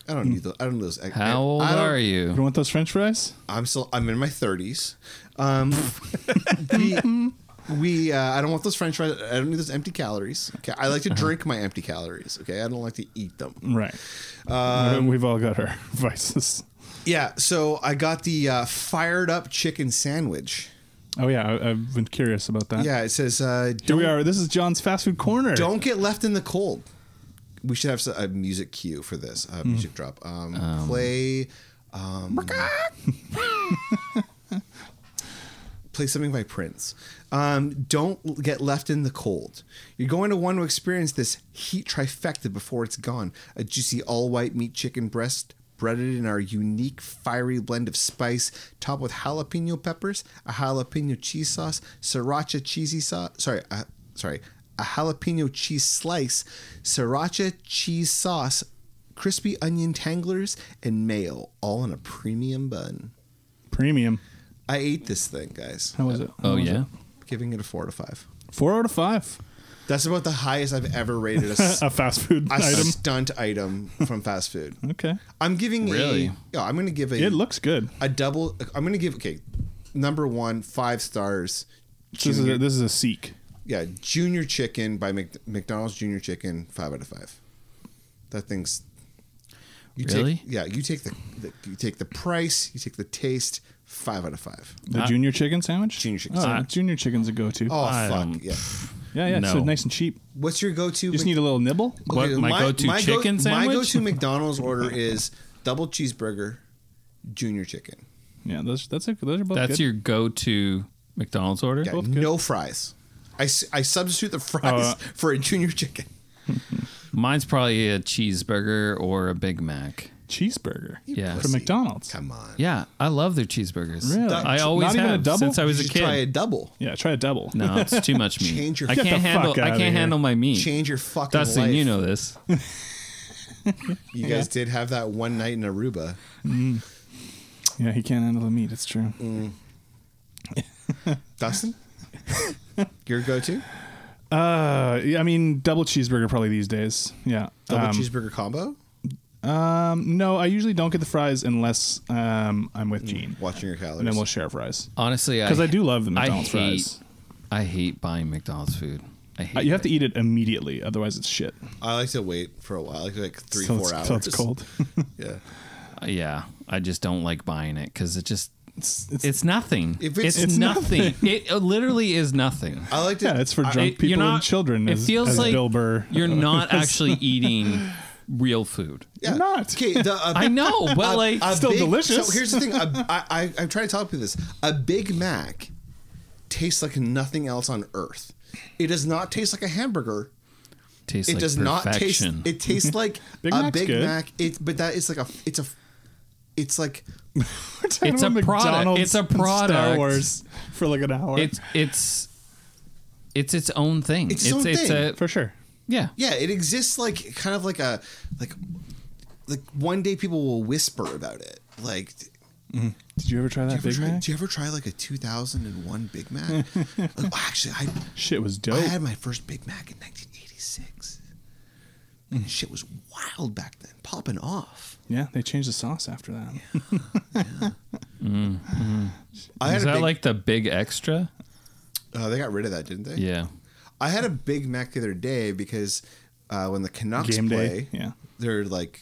I don't need those. I don't need those. I- I-
How old
I don't-
are
You
you?
want those French fries?
I'm still. I'm in my thirties. Um, the- we. Uh, I don't want those French fries. I don't need those empty calories. Okay, I like to drink my empty calories. Okay, I don't like to eat them.
Right.
Uh,
We've all got our vices.
Yeah. So I got the uh, fired up chicken sandwich.
Oh yeah, I, I've been curious about that.
Yeah, it says uh,
Here we are. This is John's fast food corner.
Don't get left in the cold. We should have s- a music cue for this. A music drop. Um, play. Um, play something by Prince. Um, don't get left in the cold. You're going to want to experience this heat trifecta before it's gone. A juicy all white meat chicken breast. Breaded in our unique fiery blend of spice, topped with jalapeno peppers, a jalapeno cheese sauce, sriracha cheesy sauce. Sorry, uh, sorry, a jalapeno cheese slice, sriracha cheese sauce, crispy onion tanglers, and mayo, all in a premium bun.
Premium.
I ate this thing, guys.
How was it? How
Oh
was
yeah.
it?
Giving it a four to five.
Four out of five.
That's about the highest I've ever rated a, s-
A fast food
a
item.
stunt item from fast food.
Okay.
I'm giving
Really?
a. Yeah, I'm going to give a.
It looks good.
a double. I'm going to give okay. Number one, five stars.
This is a, this is a seek.
Yeah, Junior Chicken by Mc, McDonald's Junior Chicken, five out of five. That thing's. You
Really?
Take, yeah, you take the, the you take the price, you take the taste, five out of five.
The junior chicken sandwich.
Ah. Junior chicken
Oh,
sandwich.
junior chicken's a go-to. Um,
Oh
I
fuck
don't-
yeah!
yeah, yeah. So
no.
nice and cheap.
What's your go-to?
You just
Mc-
need a little nibble.
What, my go-to chicken sandwich?
My go-to McDonald's order is double cheeseburger, junior chicken.
Yeah, those that's a, those are
Oh,
both.
That's
good.
your go-to McDonald's order.
Yeah, no fries. I, s- I substitute the fries
Uh,
for a junior chicken.
Mine's probably a cheeseburger or a Big Mac.
cheeseburger.
Yeah.
From McDonald's.
Come on.
Yeah, I love their cheeseburgers.
Really?
I
Not
always
even a
have
double?
since I was
You
a
should
kid.
try a double.
Yeah, try a double.
No, it's too much meat.
Change your-
I
Get
can't
the
handle.
fuck
I
outta
can't
here.
handle my meat.
Change your fucking
Dustin,
life.
you know this.
You guys did have that one night in Aruba.
Yeah, he can't handle the meat. It's true.
Mm. Dustin? your go-to?
Uh, yeah, I mean, double cheeseburger probably these days. Yeah.
Double
um,
cheeseburger combo?
um, no, I usually don't get the fries unless um, I'm
Mm.
with Gene.
Watching your calories.
And then we'll share fries.
Honestly,
Because I do love the
I
McDonald's
hate-
fries.
I hate buying McDonald's food. I hate
Uh, you have to eat it immediately, otherwise it's shit.
I like to wait for a while, like, like three,
Till
four
it's,
hours.
till it's cold.
Yeah.
it. uh, Yeah, I just don't like buying it because it just
It's-
it's,
it's-
nothing.
If it's-
it's,
It's
nothing. it uh, literally is nothing.
I like to.
yeah, it's for
I-
Uh, drunk
It-
people and children. as, as Bill Burr.
You're not actually eating real food.
yeah.
You're not.
Okay, the, uh, a-
I know, but
a-
like
a
Still
big-
delicious.
So here's the thing. A- I, I, I'm trying to tell people this. A Big Mac tastes like nothing else on earth. It does not taste like a hamburger.
tastes
it
like
does
perfection.
not taste. It tastes like
Big
a
Mac's
Big
good.
Mac. It, but that is like a. It's a. It's like
It's a product. It's a product.
Star Wars for like an hour.
it's it's it's its own thing.
It's its own
A,
thing.
for sure.
yeah.
yeah. It exists like kind of like a like like one day people will whisper about it. Like
Did you ever try that
Did
Big
you, ever try,
Mac?
did you ever try like a 2001 Big Mac? Like, oh, actually, I,
Shit was dope.
I had my first Big Mac in 1986. And Shit was wild back then, popping off.
yeah, they changed the sauce after that.
I
Is
had a
that
big,
like the big extra?
uh, they got rid of that, didn't they?
Yeah.
I had a Big Mac the other day because uh, when the Canucks
Game
play,
day. Yeah.
they're like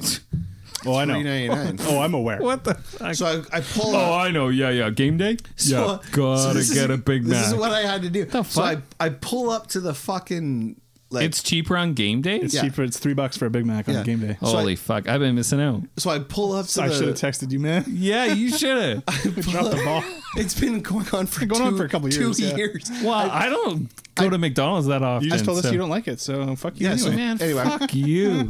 Oh, I
three
know.
ninety nine.
Oh, I'm aware. What the?
So I, I pull.
Oh,
up-
I know. Yeah, yeah. Game day.
So,
yeah.
so
Gotta
this is-
get a Big
This
Mac.
is what I had to do.
The
So I,
fuck?
I pull up to the fucking like
it's cheaper on game day.
It's
Yeah.
cheaper. It's three bucks for a Big Mac on
Yeah. Oh.
game day.
so I-
Holy fuck! I've been missing out.
so I pull up to
So I should
the
have texted you, man.
Yeah, you should have.
I dropped the ball.
It's been going on for
Going
two,
on for a couple
two
years, yeah.
years.
well, I, don't go to McDonald's that often.
You just told us
so-
you don't like it, so fuck you
Yeah, so-
anyway.
Man,
Anyway.
fuck you.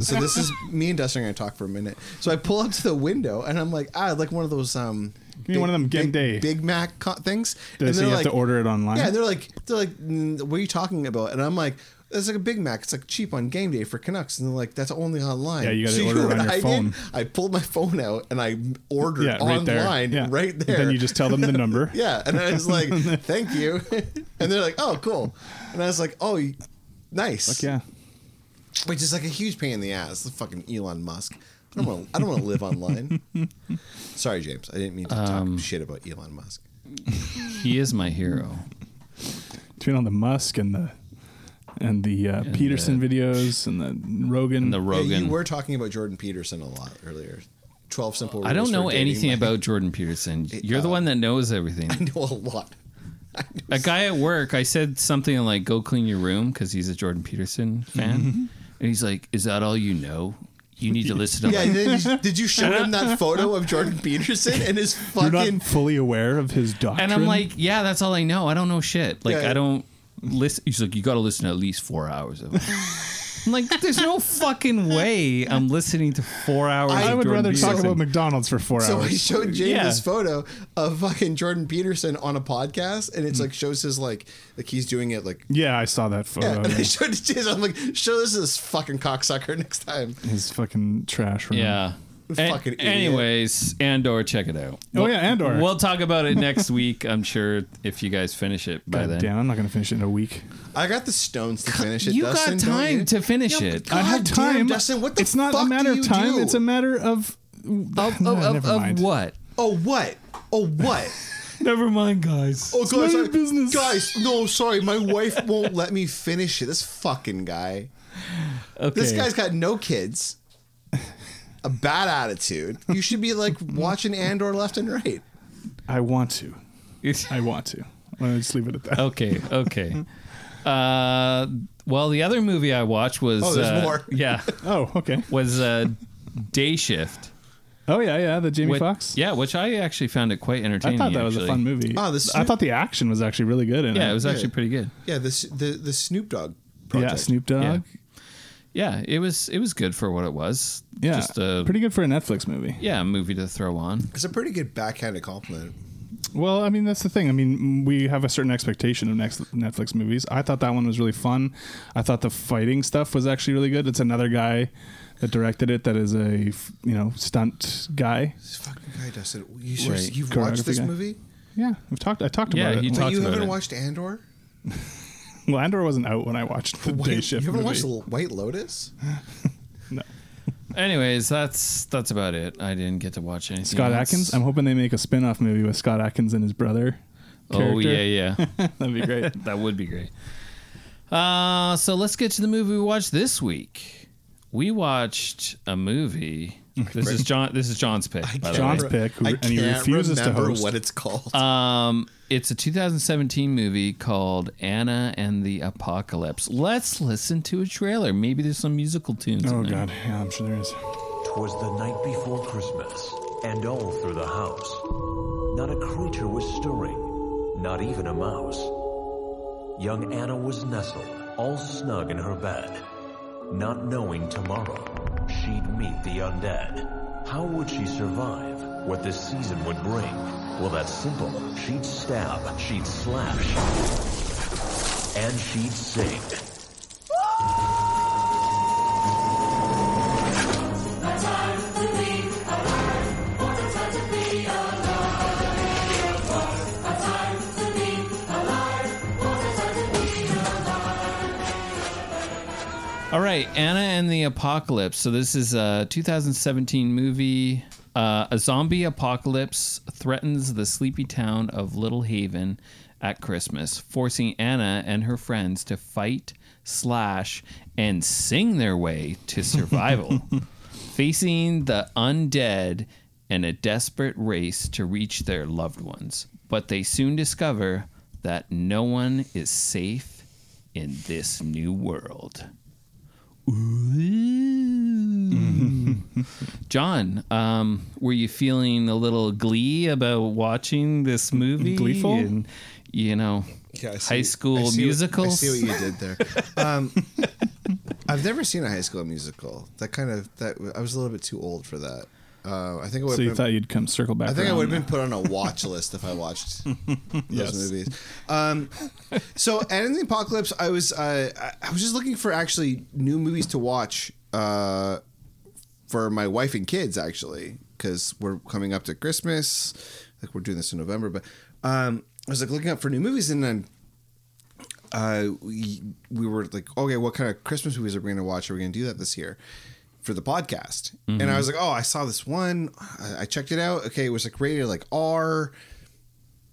So this is me and Dustin are gonna talk for a minute. So I pull up to the window and I'm like, ah, like one of those um,
Give me one of them game
big,
day.
Big Mac co- things.
Did I
And
say
they're
you
like-
have to order it online?
Yeah, they're like, they're like, "Mm, what are you talking about? And I'm like, it's like a Big Mac. It's like cheap on game day for Canucks, and they're like, that's only online.
Yeah, you gotta order
know
it on
what
your
I did?
phone.
I pulled my phone out and I ordered
yeah, right there.
online
yeah.
right there.
Then you just tell them the number.
Yeah, and I was like, "Thank you," and they're like, "Oh, cool," and I was like, "Oh, y- nice."
Fuck yeah.
which is like a huge pain in the ass. The fucking Elon Musk. I don't want. I don't want to live online. Sorry, James. I didn't mean to
Um,
talk shit about Elon Musk.
He is my hero.
Between all the Musk and the and the uh, Peterson videos and the Rogan.
And the
Yeah,
Rogan.
you were talking about Jordan Peterson a lot earlier. Twelve simple. Rules
I don't
for
know
Dating.
anything
Like,
about Jordan Peterson. You're the one that knows everything.
I know a lot. I know
a guy at work, I said something like, "Go clean your room" because he's a Jordan Peterson fan,
Mm-hmm.
and he's like, "Is that all you know? You need to listen to
Yeah,
like,
did you, did you show him that photo of Jordan Peterson and his
You're
fucking?
not fully aware of his doctrine.
And I'm like, "Yeah, that's all I know. I don't know shit. Like,
Yeah.
I don't listen." He's like, "You got to listen to at least four hours of." It. I'm like, "There's no fucking way I'm listening to four hours."
I
of
I would
Jordan
rather talk
Peterson.
about McDonald's for four
So I
hours.
showed James
Yeah.
this photo of fucking Jordan Peterson on a podcast, and
Mm.
it's like shows his like like he's doing it like
Yeah, I saw that photo.
Yeah, and I showed it to Jason. I'm like, show this to this fucking cocksucker next time.
His fucking trash room.
Yeah. A-
Fucking idiot.
anyways, Andor, check it out.
Oh, yeah, Andor.
We'll talk about it next week, I'm sure, if you guys finish it by
God
then.
damn, I'm not gonna finish it in a week.
I got the stones to finish it.
You
Dustin,
got
don't
time
you?
to finish it.
I
God
have
damn,
time.
Dustin, what the
it's not
fuck
a
do
matter
you
of time.
do?
It's a matter of of,
of, of, of what?
Oh what? Oh what?
Never mind, guys.
Oh guys,
none
I,
of your business.
guys, no, sorry, my wife won't let me finish it. This fucking guy.
okay.
This guy's got no kids. A bad attitude. You should be like watching Andor left and right.
I want to. I want to. I'll just leave it at that.
okay, okay. Uh, well, the other movie I watched was
Oh, there's
uh,
more.
Yeah,
Oh, okay.
was uh, Day Shift.
Oh yeah, yeah. The Jamie
which-
Fox.
Yeah, which I actually found it quite
I
entertaining.
thought that was a
actually.
fun movie.
Oh, this-
I thought the action was actually really good. In
Yeah, it was actually
Yeah.
pretty good.
Yeah, this the the Snoop Dogg project.
Yeah, Snoop Dogg.
Yeah.
Yeah,
Yeah, it was it was good for what it was. just a
pretty good for a Netflix movie.
yeah movie to throw on.
It's a pretty good backhanded compliment.
Well, I mean that's the thing. I mean we have a certain expectation of next Netflix movies. I thought that one was really fun. I thought the fighting stuff was actually really good. It's another guy that directed it that is a f- you know stunt guy.
This fucking guy Dustin. You seriously-
Right.
you've watched this
Choreography guy.
movie?
Yeah, we've talked. I talked
Yeah,
about
you
it.
talked-
But you
about
haven't
it.
watched Andor?
Well, Andor wasn't out when I watched the day shift.
you haven't
movie.
watched The White Lotus?
Anyways, that's that's about it. I didn't get to watch anything.
Scott
else.
Atkins. I'm hoping they make a spin-off movie with Scott Atkins and his brother.
oh yeah, yeah,
that'd be great.
that would be great. Uh, so let's get to the movie we watched this week. We watched a movie. This is John. This is John's pick. by the
John's
way.
pick, who,
I
and
can't
he refuses to
remember
host.
what it's called.
Uh,
Um, it's a 2017 movie called Anna and the Apocalypse. Let's listen to a trailer. Maybe there's some musical tunes.
oh
in there.
god, yeah, I'm sure there is.
was the night before Christmas, and all through the house. Not a creature was stirring, not even a mouse. Young Anna was nestled, all snug in her bed, not knowing tomorrow she'd meet the undead. How would she survive? What this season would bring? Well, that's simple. She'd stab, she'd slash, and she'd sing.
All right, Anna and the Apocalypse. So this is a 2017 movie. Uh, a zombie apocalypse threatens the sleepy town of Little Haven at Christmas, forcing Anna and her friends to fight, slash, and sing their way to survival. facing the undead and a desperate race to reach their loved ones. But they soon discover that no one is safe in this new world. Ooh. John, um, were you feeling a little glee about watching this movie?
Gleeful?
And, you know,
Yeah, I see-
high
I see
school
what-
musicals?
I see what you did there. Um, I've never seen a high school musical. That kind of that I was a little bit too old for that. Uh, I think I would.
So you
been,
thought you'd come circle back?
I think I
around.
would have been put on a watch list if I watched those movies. Um, so, and in the apocalypse, I was uh, I- I was just looking for actually new movies to watch uh, for my wife and kids actually because we're coming up to Christmas. Like we're doing this in November, but um, I was like looking up for new movies and then uh, we, we were like, okay, what kind of Christmas movies are we going to watch? Are we going to do that this year for the podcast? And I was like, oh, I saw this one. I, I checked it out. Okay, it was like rated like R.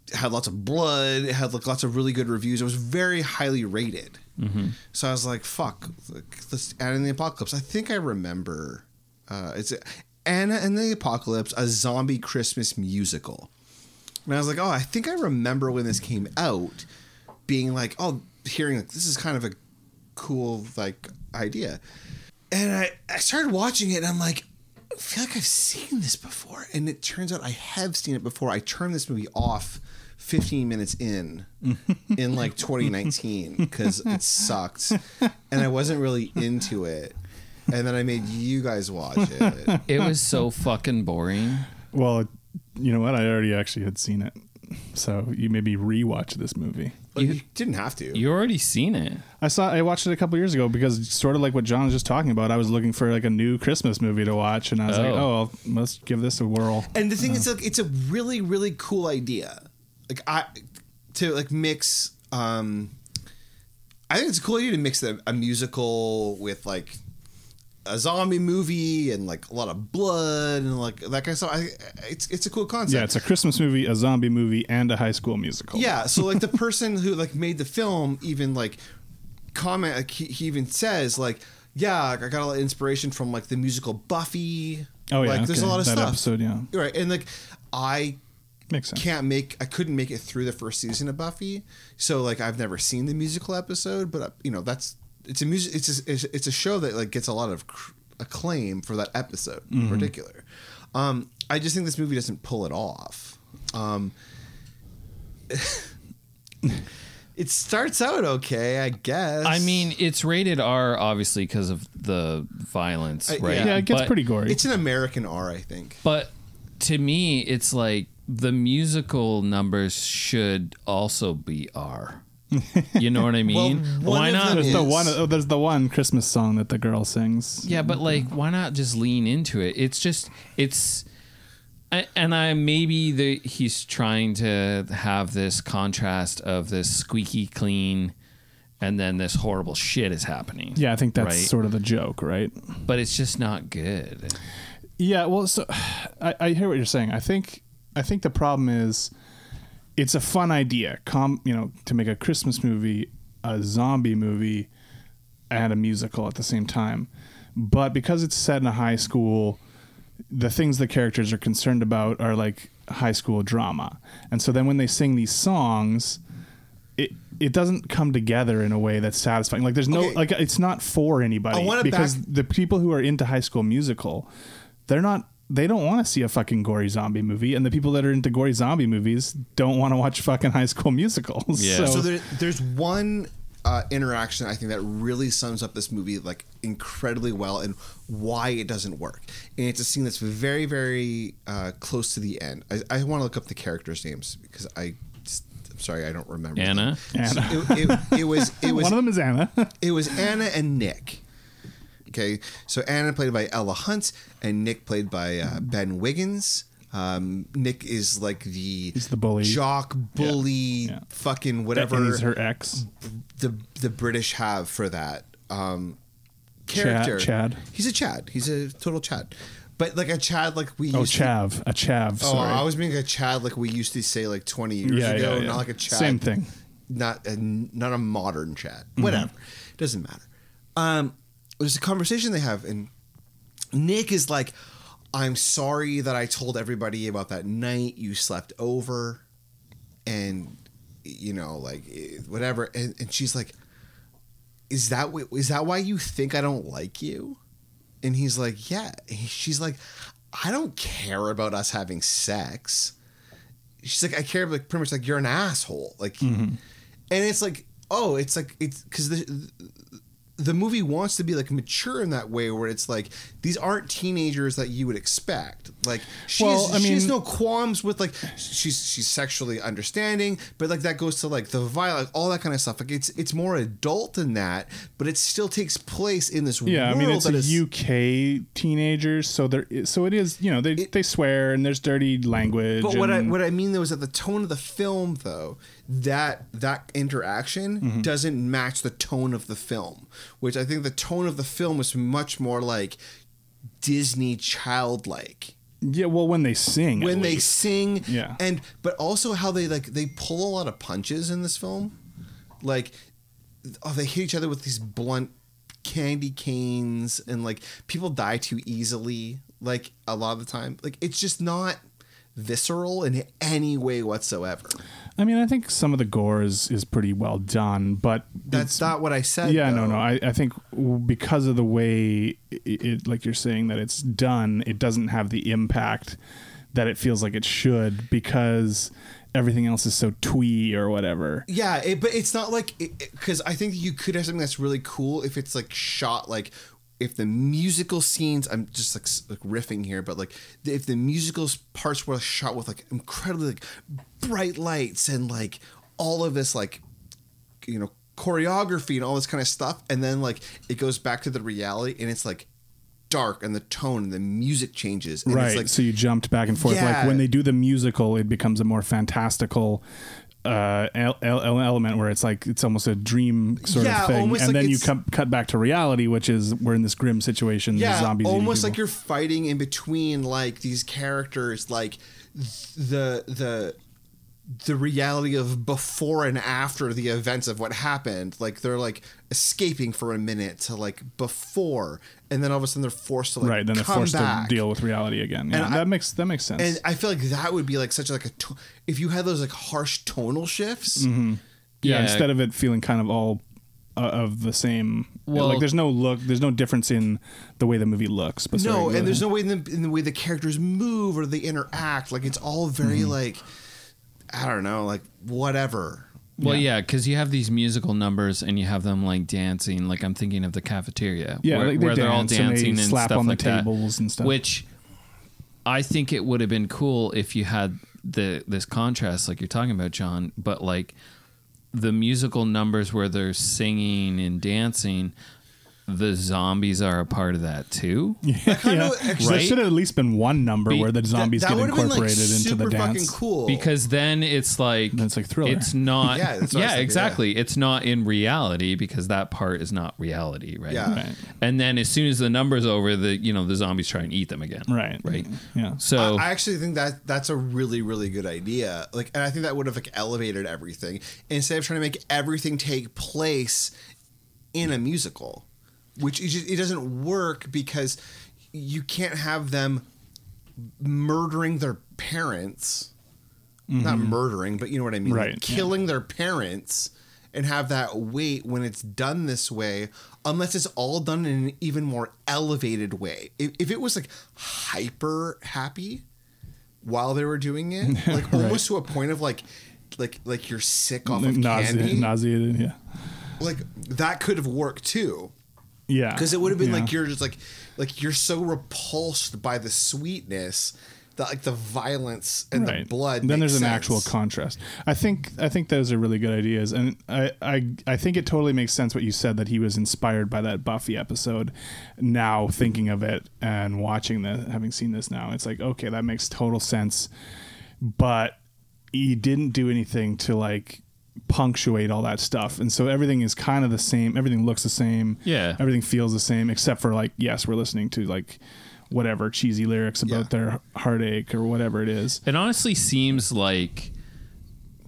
It Had lots of blood. It had like lots of really good reviews. It was very highly rated. So I was like, fuck, like, let's add in the apocalypse. I think I remember. Uh, it's Anna and the Apocalypse, a zombie Christmas musical. And I was like, oh, I think I remember when this came out, being like, oh, hearing like this is kind of a cool like idea. And I, I started watching it and I'm like, I feel like I've seen this before. And it turns out I have seen it before. I turned this movie off 15 minutes in in like 2019 because it sucked. And I wasn't really into it. And then I made you guys watch it.
it was so fucking boring.
Well, you know what? I already actually had seen it, so you maybe rewatch this movie.
But you didn't have to.
You already seen it.
I saw I watched it a couple years ago because sort of like what John was just talking about. I was looking for like a new Christmas movie to watch, and I was like,
Oh.
oh, I'll, let's give this a whirl.
And the thing is,
Uh-huh.
like, it's a really, really cool idea. Like, I to like mix. um I think it's a cool idea to mix the, a musical with like a zombie movie and like a lot of blood and like that kind of stuff. I, it's it's a cool concept.
Yeah, it's a Christmas movie, a zombie movie, and a high school musical.
Yeah, so like the person who like made the film even like comment like he, he even says like yeah like, I got a lot of inspiration from like the musical Buffy.
Oh yeah,
like there's a
okay,
lot of
that
stuff.
episode. Yeah,
Right, and like I
makes sense.
can't make I couldn't make it through the first season of Buffy, so like I've never seen the musical episode, but uh, you know that's it's a music it's a, it's- it's a show that like gets a lot of cr- acclaim for that episode in
Mm-hmm.
particular. Um, I just think this movie doesn't pull it off. Um, it starts out okay, I guess.
I mean, it's rated R, obviously, because of the violence,
Uh,
right?
yeah.
yeah, it gets
but,
pretty gory.
it's an American R, I think.
But to me, it's like the musical numbers should also be R. You know what I mean?
one
why
of
not?
them
there's the
is-
one. Oh, there's the one Christmas song that the girl sings.
Yeah, but like, why not just lean into it? It's just, it's, I- and I maybe the he's trying to have this contrast of this squeaky clean, and then this horrible shit is happening.
Yeah, I think that's
Right.
sort of the joke, right?
but it's just not good.
Yeah, well, so I, I hear what you're saying. I think I think the problem is it's a fun idea, com, you know, to make a Christmas movie a zombie movie and a musical at the same time. But because it's set in a high school, the things the characters are concerned about are like high school drama. And so then when they sing these songs, it it doesn't come together in a way that's satisfying. Like there's no
Okay.
like it's not for anybody
I wanna
because
back-
the people who are into High School Musical, they're not they don't want to see a fucking gory zombie movie, and the people that are into gory zombie movies don't want to watch fucking High School Musicals.
Yeah.
So,
So there, there's one uh, interaction I think that really sums up this movie like incredibly well and why it doesn't work. And it's a scene that's very, very uh, close to the end. I, I want to look up the characters' names because I, I'm sorry, I don't remember. them.
Anna?
Anna.
So It, it- it was it was
one of them is Anna.
it was Anna and Nick. Okay, so Anna played by Ella Hunt and Nick played by uh, Ben Wiggins. Um, Nick is like the
He's the bully.
jock bully
yeah.
fucking whatever
And he's her ex.
the the British have for that um,
Chad-
character.
Chad.
He's a Chad. He's a total Chad. But like a Chad, like we.
Oh,
used to-
Chav, a Chav.
oh,
sorry.
I was being a Chad like we used to say like twenty years
Yeah,
ago,
yeah, yeah.
not like a Chad.
Same thing. Mm-hmm.
Not a, not a modern Chad. Whatever, doesn't matter. Um, there's a conversation they have, and Nick is like, "I'm sorry that I told everybody about that night you slept over." and you know like eh, whatever and, and she's like is that wh- is that why you think i don't like you and he's like yeah He- she's like i don't care about us having sex she's like i care like pretty much like you're an asshole like
Mm-hmm.
and it's like oh it's like it's because the the movie wants to be like mature in that way where it's like these aren't teenagers that you would expect like she's
Well, I
she has
mean-
no qualms with like she's she's sexually understanding but like that goes to like the violence all that kind of stuff like it's it's more adult than that but it still takes place in this
Yeah, I
world
mean it's
that
a
is-
UK teenagers, so there, is- so it is. You know, they they swear and there's dirty language.
But what I
and-
what I mean though is that the tone of the film though that that interaction doesn't match the tone of the film, which I think the tone of the film is much more like Disney childlike
yeah, well, when they sing, at
when they
least.
sing
Yeah.
and but also how they like they pull a lot of punches in this film like oh they hit each other with these blunt candy canes and like people die too easily like a lot of the time like it's just not visceral in any way whatsoever
I mean, I think some of the gore is is pretty well done, but
that's not what i said
yeah,
though.
no, no. I, I think w- because of the way it, it, like you're saying that it's done, it doesn't have the impact that it feels like it should because everything else is so twee or whatever.
Yeah, it, but it's not like because I think you could have something that's really cool if it's like shot like if the musical scenes. I'm just like, s- like riffing here, but like the- if the musical s- parts were shot with like incredibly like bright lights and like all of this like you know choreography and all this kind of stuff, and then like it goes back to the reality and it's like dark and the tone and the music changes. And
right.
It's like,
so you jumped back and forth. Like
Yeah.
when they do the musical, it becomes a more fantastical uh, el- el- element where it's like it's almost a dream sort
Yeah,
of thing, and
almost like
then you
it's-
come, cut back to reality, which is we're in this grim situation.
yeah,
there's zombies eating
almost like
people.
you're fighting in between like these characters, like th- the the the reality of before and after the events of what happened. Like they're like escaping for a minute to like before, and then all of a sudden they're forced to like
right. Then they're
come
forced
back.
to deal with reality again. Yeah,
And I-
that makes that makes sense.
And I feel like that would be like such like a to- if you had those like harsh tonal shifts.
Mm-hmm. yeah, instead of it feeling kind of all uh, of the same
Well-
like there's no look there's no difference in the way the movie looks but
No, and there's no way in the, in the way the characters move or they interact. Like it's all very
Mm-hmm.
like I don't know, like whatever.
Well, yeah, because you have these musical numbers and you have them like dancing. Like I'm thinking of the cafeteria,
Yeah,
where,
like, they
where they're all
dance and they
dancing and,
slap
stuff
on the
like that,
tables and stuff.
Which I think it would have been cool if you had the this contrast, like you're talking about, John. But like the musical numbers where they're singing and dancing the zombies are a part of that too.
yeah. There
Right?
should have at least been one number
Be-
where the zombies
that
get
would have been
incorporated
like
into
super
the
fucking
dance.
cool.
Because then it's like
Then it's like Thriller.
It's not
Yeah, that's what I
yeah,
was thinking, yeah.
exactly. It's not in reality because that part is not reality, right?
Yeah.
Right.
And then as soon as the number's over, the you know the zombies try and eat them again.
Right.
Right.
Yeah.
So
I, I actually think that that's a really really good idea. Like, and I think that would have like elevated everything instead of trying to make everything take place in a musical, which it, just, it doesn't work because you can't have them murdering their parents, not murdering, but you know what I mean, like,
Mm-hmm. Right, yeah.
killing their parents. And have that weight when it's done this way, unless it's all done in an even more elevated way. If, if it was like hyper happy, while they were doing it, like almost to a point of like, like like you're sick off of
Nausea-
candy.
nauseated. Yeah.
Like that could have worked too,
Yeah.
because it would have been
Yeah.
like you're just like, like you're so repulsed by the sweetness that like the violence and the blood.
Then
makes
there's an
sense.
actual contrast. I think I think those are really good ideas, and I, I I think it totally makes sense what you said that he was inspired by that Buffy episode. Now thinking of it and watching the having seen this now, it's like okay, that makes total sense. But he didn't do anything to like punctuate all that stuff, and so everything is kind of the same. Everything looks the same.
Yeah.
everything feels the same except for like yes, we're listening to like. Whatever cheesy lyrics about
Yeah.
their heartache or whatever it is,
It honestly seems like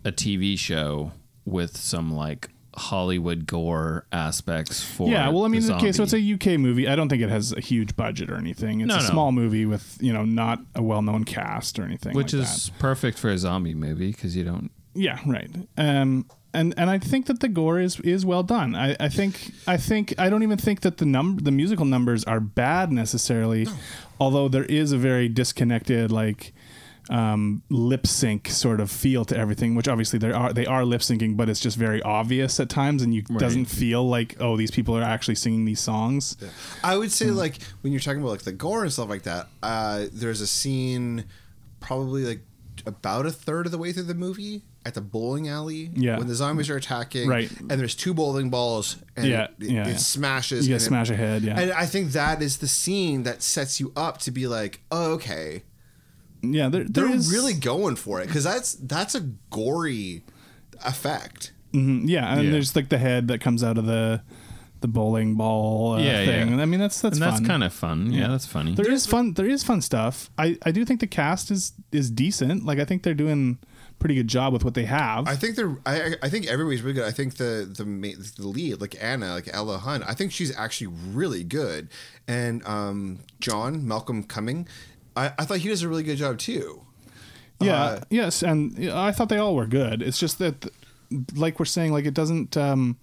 a TV show with some like Hollywood gore aspects for
Yeah, well, I mean,
the
okay, so it's
zombie.
a UK movie. I don't think it has a huge budget or anything. It's
No,
a
no.
small movie with you know not a well-known cast or anything,
which
like
is perfect for a zombie movie because you don't.
that. yeah, right. Um, and and I think that the gore is is well done. I, I think I think I don't even think that the num the musical numbers are bad necessarily, although there is a very disconnected like um, lip sync sort of feel to everything, which obviously they are they are lip syncing, but it's just very obvious at times, and you doesn't feel like oh these people are actually singing these songs.
I would
Hmm.
say like when you're talking about like the gore and stuff like that, uh, there's a scene probably like about a third of the way through the movie at the bowling alley
Yeah.
when the zombies are attacking
Right.
and there's two bowling balls and
Yeah,
it, it,
yeah,
it
yeah.
smashes
You
and
gotta
it-
smash a head, yeah.
and I think that is the scene that sets you up to be like oh okay
yeah, there,
they're
there is
really going for it because that's that's a gory effect
mm, yeah, and
Yeah.
there's like the head that comes out of the the bowling ball uh,
Yeah,
thing.
yeah.
And I mean, that's that's
and that's
fun.
kind of fun. Yeah, that's funny.
there is fun. There is fun stuff. I I do think the cast is is decent. Like I think they're doing a pretty good job with what they have.
I think they're. I, I- I think everybody's really good. I think the the ma- the lead, like Anna, like Ella Hun, I think she's actually really good. And um, John Malcolm Cumming, I, I thought he does a really good job too.
yeah.
uh,
yes, and yeah, I thought they all were good. It's just that, th- like we're saying, like it doesn't. um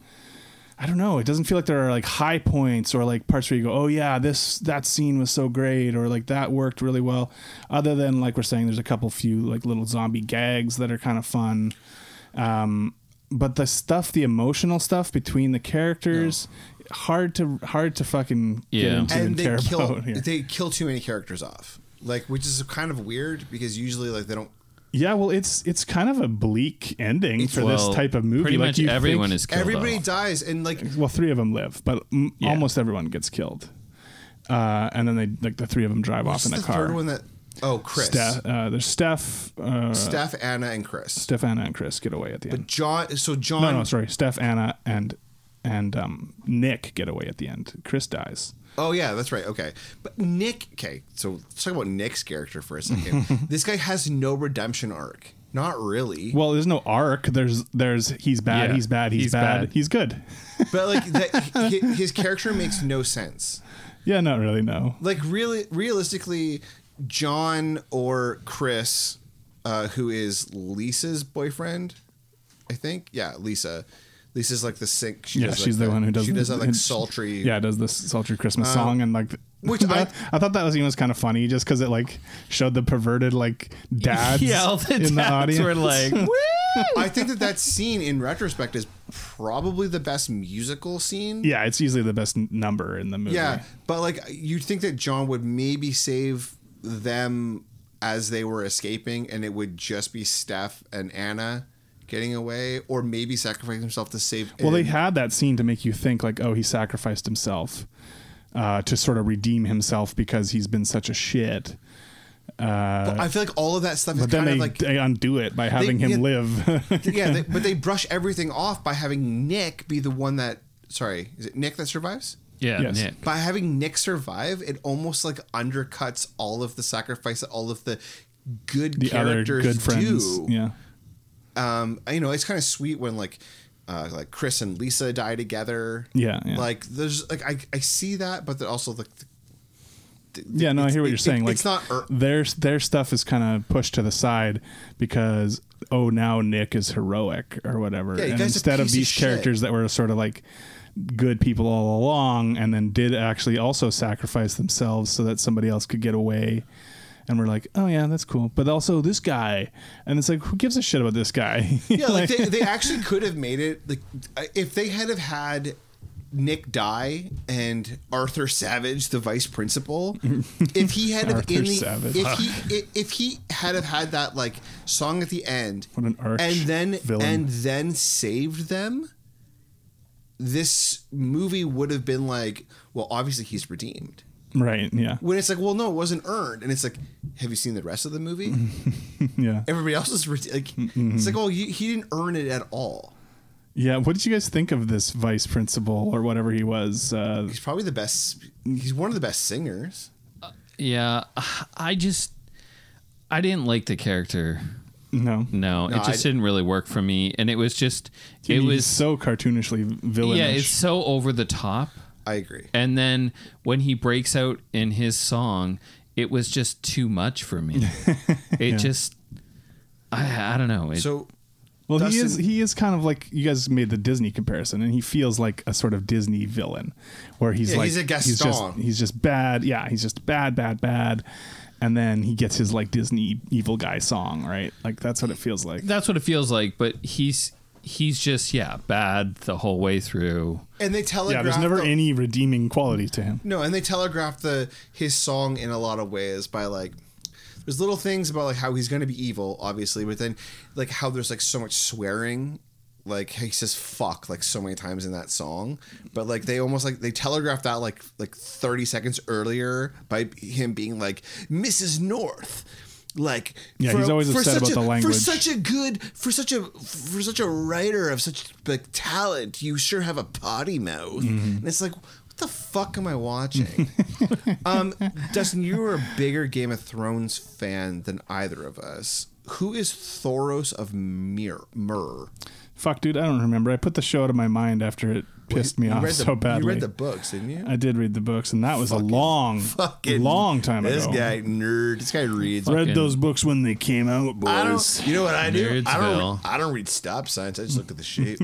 I don't know. It doesn't feel like there are like high points or like parts where you go, "Oh yeah, this that scene was so great," or like that worked really well. Other than like we're saying, there's a couple few like little zombie gags that are kind of fun. Um, but the stuff, the emotional stuff between the characters, hard to hard to fucking get
Yeah.
into and,
and they
care
kill
about here.
they kill too many characters off, like which is kind of weird because usually like they don't.
Yeah, well, it's it's kind of a bleak ending for
Well,
this type of movie.
Pretty
like
much
you
everyone
think-
is killed.
everybody
off.
dies and like
Well, three of them live, but m-
Yeah.
almost everyone gets killed. Uh, and then they like the three of them drive
what's
off in a
the
car.
third one that oh Chris,
Steph, uh, there's Steph, uh,
Steph, Anna, and Chris.
Steph, Anna, and Chris get away at the end.
John. So John.
No, no, sorry, Steph, Anna, and and um, Nick get away at the end. Chris dies.
Oh yeah, that's right. Okay, but Nick. Okay, so let's talk about Nick's character for a second. this guy has no redemption arc. Not really.
Well, there's no arc. There's there's he's bad.
Yeah.
He's bad. He's,
He's
bad,
bad.
He's good.
But like that, hi- his character makes no sense.
Yeah, not really. No.
Like really, realistically, John or Chris, uh, who is Lisa's boyfriend, I think. Yeah, Lisa. Lisa's like the sink. She
Yeah,
does, like,
she's the one who does.
She does that like
and-
sultry. Uh,
Yeah, does this sultry Christmas song and like.
which I-
that, I, thought that was even was kind of funny just because it like showed the perverted like dads
Yeah, all the
in the
dads
audience
were like, "Woo!"
I think that that scene in retrospect is probably the best musical scene.
yeah, it's usually the best n- number in the movie.
Yeah, but like you'd think that John would maybe save them as they were escaping, and it would just be Steph and Anna getting away, or maybe sacrificing himself to save.
Well, they
Ed.
had that scene to make you think like, oh, he sacrificed himself uh, to sort of redeem himself because he's been such a shit.
But I feel like all of that stuff is
But then
kind
they,
of like
they undo it by having him
yeah.
live.
yeah, they, but they brush everything off by having Nick be the one that. Sorry, is it Nick that survives?
Yeah,
Yes.
Nick.
By having Nick survive, it almost like undercuts all of the sacrifice that all of the good
the other
characters
good friends.
do.
Yeah.
Um, you know, it's kind of sweet when like, uh, like Chris and Lisa die together.
Yeah, yeah.
Like there's like I, I see that, but then also like the,
yeah, no, I
it's-
hear what
it-
you're saying.
it-
like
it's not er-
their their stuff is kind of pushed to the side because oh now Nick is heroic or whatever,
Yeah, you
and
guys are
instead of
piece of
these
shit.
characters that were sort of like good people all along and then did actually also sacrifice themselves so that somebody else could get away. And we're like, oh yeah, that's cool. But also this guy, and it's like, who gives a shit about this guy?
yeah, like they, they actually could have made it like if they had have had Nick die and Arthur Savage, the vice principal, if he had have
Arthur
in the
Savage.
if he i- if he had have had that like song at the end,
What an arch
and then
villain.
and then saved them. This movie would have been like, well, obviously he's redeemed.
right? Yeah,
When it's like, well, no, it wasn't earned, and it's like, have you seen the rest of the movie?
yeah,
Everybody else is rede- like, it's like, oh, you, he didn't earn it at all.
yeah. What did you guys think of this vice principal or whatever he was? Uh,
he's probably the best. He's one of the best singers.
Yeah, I just I didn't like the character.
no,
No, it
I-
just didn't really work for me, and it was just it
He's
was
so cartoonishly villainous.
yeah, it's so over the top.
I agree.
And then when he breaks out in his song, it was just too much for me. it just I I don't know. It,
So
well, he
Dustin-
is he is kind of like you guys made the Disney comparison, and he feels like a sort of Disney villain, where he's
Yeah,
like
he's a
just
Gaston.
he's just bad. Yeah, he's just bad, bad, bad. And then he gets his like Disney evil guy song, right? Like that's what it feels like.
that's what it feels like, but he's he's just yeah, bad the whole way through.
and they
yeah,
telegraph.
there's never
the-
any redeeming qualities to him.
No, and they telegraph the his song in a lot of ways by like. There's little things about like how he's going to be evil, obviously, but then like how there's like so much swearing. Like he says "fuck" like so many times in that song, but like they almost like they telegraphed that like like 30 seconds earlier by him being like Mrs. North, like
Yeah, he's always upset
such
about
a-
the language.
for such a good for such a for such a writer of such like talent you sure have a potty mouth
Mm-hmm.
and it's like what the fuck am i watching um dustin you are a bigger game of thrones fan than either of us who is thoros of Myr- myrrh
Fuck, dude, I don't remember. I put the show out of my mind after it pissed me
you
off
read the,
so badly.
you read the books didn't you
I did read the books, and that was a long, long time
this
ago.
guy nerd this guy reads
read
fucking-
those books when they came out, boys.
I don't, you know what I do? I
Nerdsville.
don't, I don't read stop signs. I just look at the shape.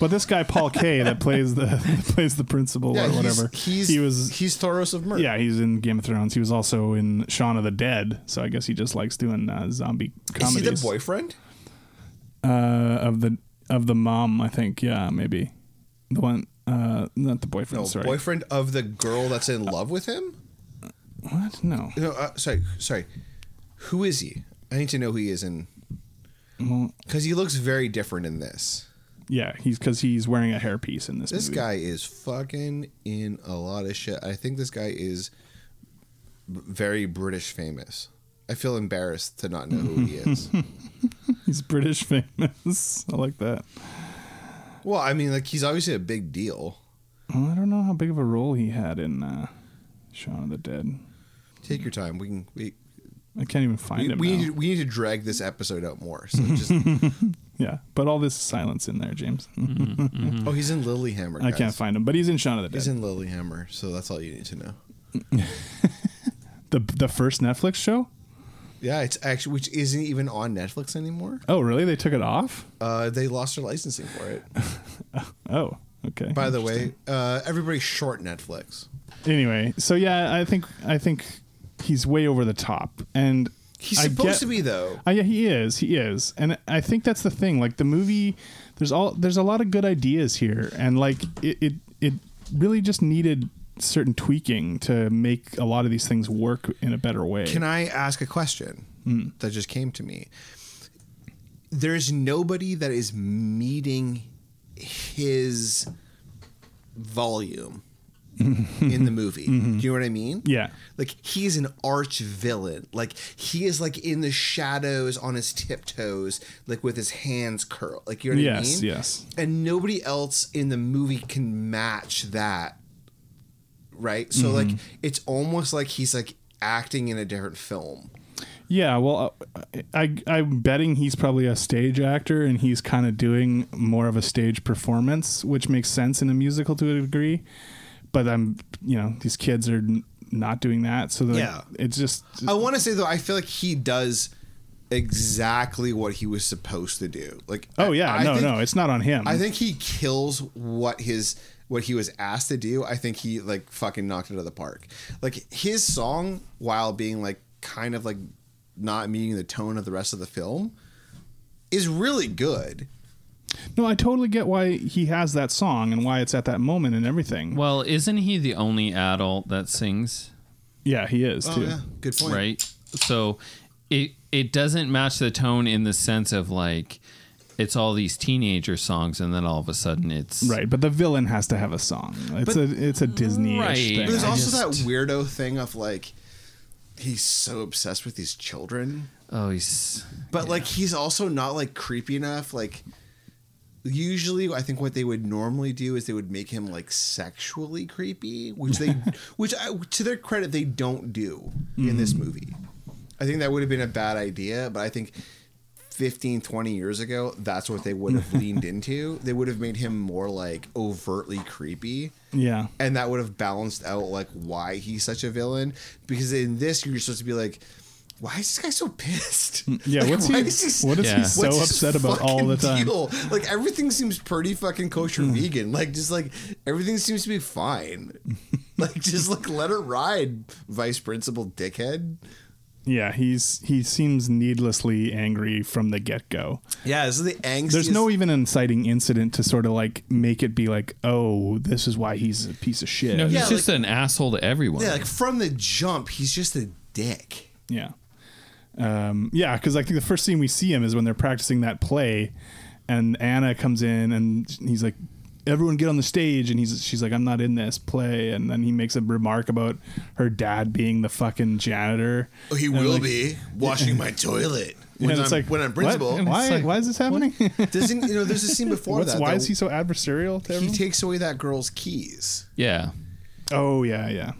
But this guy Paul Kay that plays the that plays the principal or whatever.
He's, he's
he was
he's Thoros of Myrrh.
yeah, he's in Game of Thrones. He was also in Shaun of the Dead, so I guess he just likes doing uh, zombie comedies.
Is he the boyfriend?
uh, of the of the mom? I think yeah, maybe the one uh, not the boyfriend.
No,
sorry,
boyfriend of the girl that's in love with him.
what? No,
No, uh, sorry, sorry. Who is he? I need to know who he is in. Because he looks very different in this.
yeah, he's because he's wearing a hairpiece in this.
This
movie.
guy is fucking in a lot of shit. I think this guy is b- very British famous. I feel embarrassed to not know who he is.
he's British famous. I like that.
well, I mean, like he's obviously a big deal.
Well, I don't know how big of a role he had in uh, Shaun of the Dead.
Take your time. We can we
I can't even find
we,
him.
we
now.
need to, we need to drag this episode out more. So just
Yeah, but all this silence in there, James.
oh, he's in Lilyhammer.
I
guys.
can't find him, but he's in Shaun of the Dead.
He's in Lilyhammer, so that's all you need to know.
the the first Netflix show.
Yeah, it's actually which isn't even on Netflix anymore.
Oh, really? They took it off?
Uh, they lost their licensing for it.
Oh, okay.
By the way, uh, everybody's short Netflix.
anyway, so yeah, I think I think he's way over the top, and
He's
I
supposed
get-
to be though.
Uh, yeah, he is. He is, and I think that's the thing. Like the movie, there's all there's a lot of good ideas here, and like it it, it really just needed certain tweaking to make a lot of these things work in a better way. Hmm.
Can I ask a question that just came to me? there's nobody that is meeting his volume in the movie. Do you know what I mean?
Mm-hmm. Yeah.
Like he's an arch villain. Like he is like in the shadows on his tiptoes, like with his hands curled. Like you know what I
Yes,
mean?
yes.
And nobody else in the movie can match that. Right? So like
Mm-hmm.
it's almost like he's like acting in a different film.
Yeah, well, uh, I, I'm betting he's probably a stage actor and he's kind of doing more of a stage performance, which makes sense in a musical to a degree. But I'm, you know, these kids are n- not doing that. So like,
Yeah.
it's just,
I want to say though, I feel like he does exactly what he was supposed to do. Like,
oh, yeah,
I
no,
think-
no, it's not on him.
I think he kills what his what he was asked to do. I think he like fucking knocked it out of the park. Like his song, while being like kind of like not meeting the tone of the rest of the film, is really good.
no, I totally get why he has that song and why it's at that moment and everything.
Well, isn't he the only adult that sings?
yeah, he
Oh,
is too.
good point.
Right. So it it doesn't match the tone in the sense of like it's all these teenager songs and then all of a sudden it's
Right, but the villain has to have a song. It's a it's a Disney
Right.
thing.
But there's
I
also
just-
that weirdo thing of like he's so obsessed with these children.
Oh, he's
But like he's also not like creepy enough. Like usually I think what they would normally do is they would make him like sexually creepy, which they which I, to their credit they don't do in
Mm.
this movie. I think that would have been a bad idea, but I think 15 20 years ago that's what they would have leaned into. They would have made him more like overtly creepy
yeah.
and that would have balanced out like why he's such a villain. Because in this, you're supposed to be like, why is this guy so pissed?
Mm, yeah,
Like,
what's
why
he-
is
what is
he
what's
so
his
upset about all the
fucking
time? Mm.
deal? Like everything seems pretty fucking kosher vegan. Like just like everything seems to be fine. like just like let it ride, vice principal dickhead.
Yeah, he's he seems needlessly angry from the get go.
Yeah, this is the angst.
There's no e- even inciting incident to sort of like make it be like, oh, this is why he's a piece of shit.
no, he's
Yeah, like-
just an asshole to everyone.
yeah, like from the jump, he's just a dick.
yeah, um, yeah, because I think the first scene we see him is when they're practicing that play, and Anna comes in and he's like, "Everyone get on the stage," and he's she's like, "I'm not in this play," and then he makes a remark about her dad being the fucking janitor.
Oh, He
And,
will
like-
be washing my toilet
And
when, I'm,
it's like
when I'm
what?
principal.
Why? why is this happening?
Doesn't you know? There's a scene before
What's,
that.
why
though.
is he so adversarial to
He
everyone?
takes away that girl's keys.
Yeah.
oh yeah, yeah,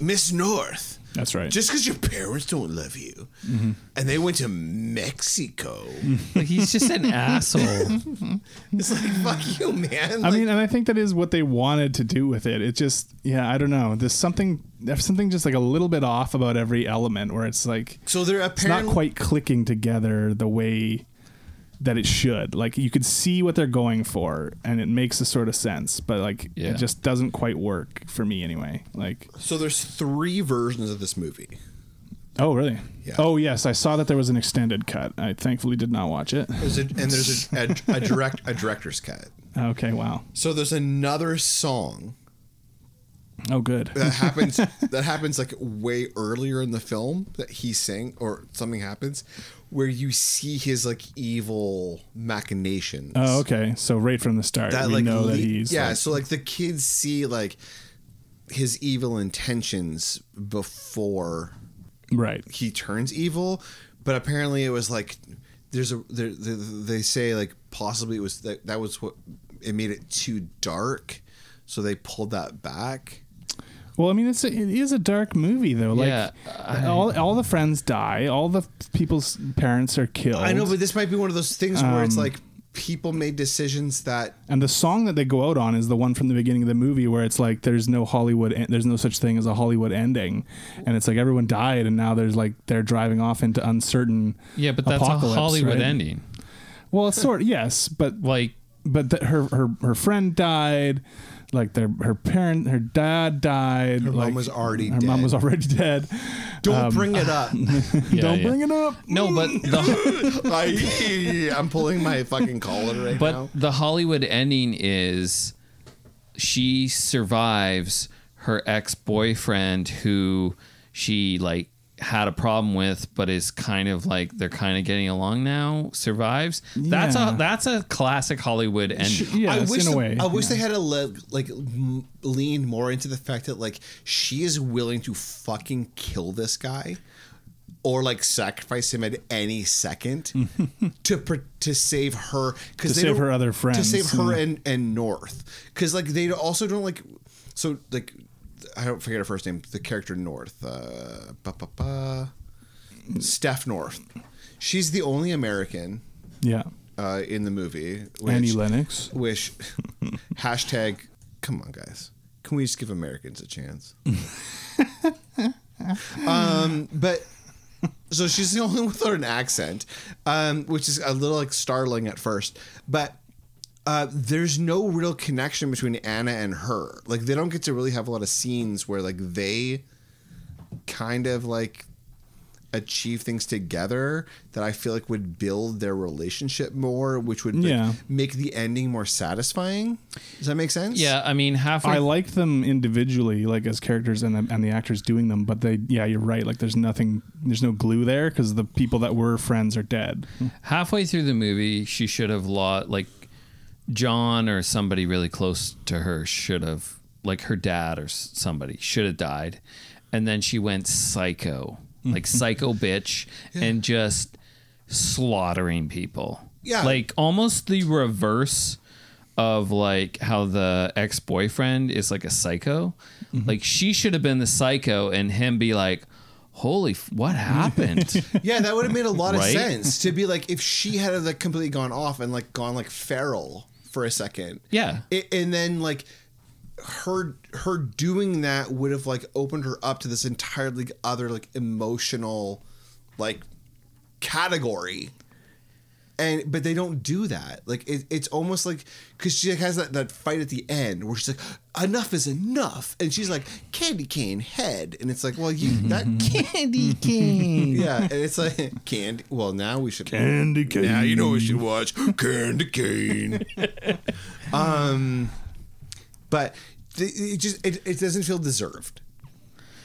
Miss North.
that's right.
Just because your parents don't love you,
Mm-hmm.
and they went to Mexico,
Like, he's just an asshole.
it's like fuck you, man.
I
Like,
mean, and I think that is what they wanted to do with it. It just, yeah, I don't know. There's something, there's something just like a little bit off about every element where it's like
so they're
it's not
apparently
quite clicking together the way that it should. Like you could see what they're going for, and it makes a sort of sense, but like
Yeah.
it just doesn't quite work for me anyway. Like,
So there's three versions of this movie.
oh really?
Yeah.
Oh yes, I saw that there was an extended cut. I thankfully did not watch it.
There's a, and there's a, a, a direct a director's cut.
okay, wow.
So there's another song
Oh good.
that happens that happens like way earlier in the film that he sing or something happens where you see his like evil machinations.
Oh okay. So right from the start,
that
we
like
know that
lea-
he's
yeah
like-
so like the kids see like his evil intentions before
right.
he turns evil but apparently it was like there's a there, there, they say like possibly it was that that was what it made it too dark so they pulled that back
Well, I mean, it's a, it is a dark movie though. Like
Yeah,
all all the friends die, all the people's parents are killed.
i know but this might be one of those things where it's like people made decisions that
and the song that they go out on is the one from the beginning of the movie where it's like there's no Hollywood, en- there's no such thing as a Hollywood ending, and it's like everyone died, and now there's like they're driving off into uncertain.
Yeah, but that's a
apocalypse,
Hollywood
right?
ending.
Well, it's sort yes, but
Like
but the, her her her friend died. Like their her parent, her dad died. Her
mom was already
her mom
dead.
was already dead.
don't bring it up
yeah,
Don't
yeah.
bring it up.
No, but the
I, i'm pulling my fucking collar right
but
now
the Hollywood ending is she survives her ex boyfriend who she like had a problem with, but is kind of like they're kind of getting along now. Survives. That's
Yeah.
a that's a classic Hollywood ending.
Yes,
I wish
in a
the-
way.
I wish
yeah.
they had a le- like m- lean more into the fact that like she is willing to fucking kill this guy or like sacrifice him at any second to pr- to save her
To
because
save her other
to
friends,
save her
yeah.
and and North because like they also don't like so like I don't forget her first name the character North uh ba ba ba Steph North she's the only American
Yeah.
uh, in the movie which,
Annie Lennox.
wish hashtag come on guys can we just give americans a chance um but so she's the only one with an accent um which is a little like startling at first but uh, there's no real connection between Anna and her. Like they don't get to really have a lot of scenes where like they kind of like achieve things together that I feel like would build their relationship more, which would like,
Yeah.
make the ending more satisfying. Does that make sense?
Yeah, I mean halfway.
I liked them individually, like as characters and the, and the actors doing them. But they, yeah, you're right. Like there's nothing, there's no glue there because the people that were friends are dead.
Mm-hmm.
halfway through the movie, she should have lost, like John or somebody really close to her should have, like her dad or s- somebody should have died, and then she went psycho, like psycho bitch, and just slaughtering people.
Yeah.
like almost the reverse of like how the ex-boyfriend is like a psycho like she should have been the psycho and him be like holy f- what happened
Yeah, that would have made a lot of
Right?
sense to be like if she had like completely gone off and like gone like feral for a second.
Yeah.
I- and then like her her doing that would have like opened her up to this entirely other like emotional like category. And but they don't do that. Like it, it's almost like because she like, has that, that fight at the end where she's like, "Enough is enough," and she's like, "Candy cane head," and it's like, "Well, you that candy cane." yeah, and it's like candy. Well, now we should
Andy
now you know we should watch Candy Cane. um, but th- it just it, it doesn't feel deserved.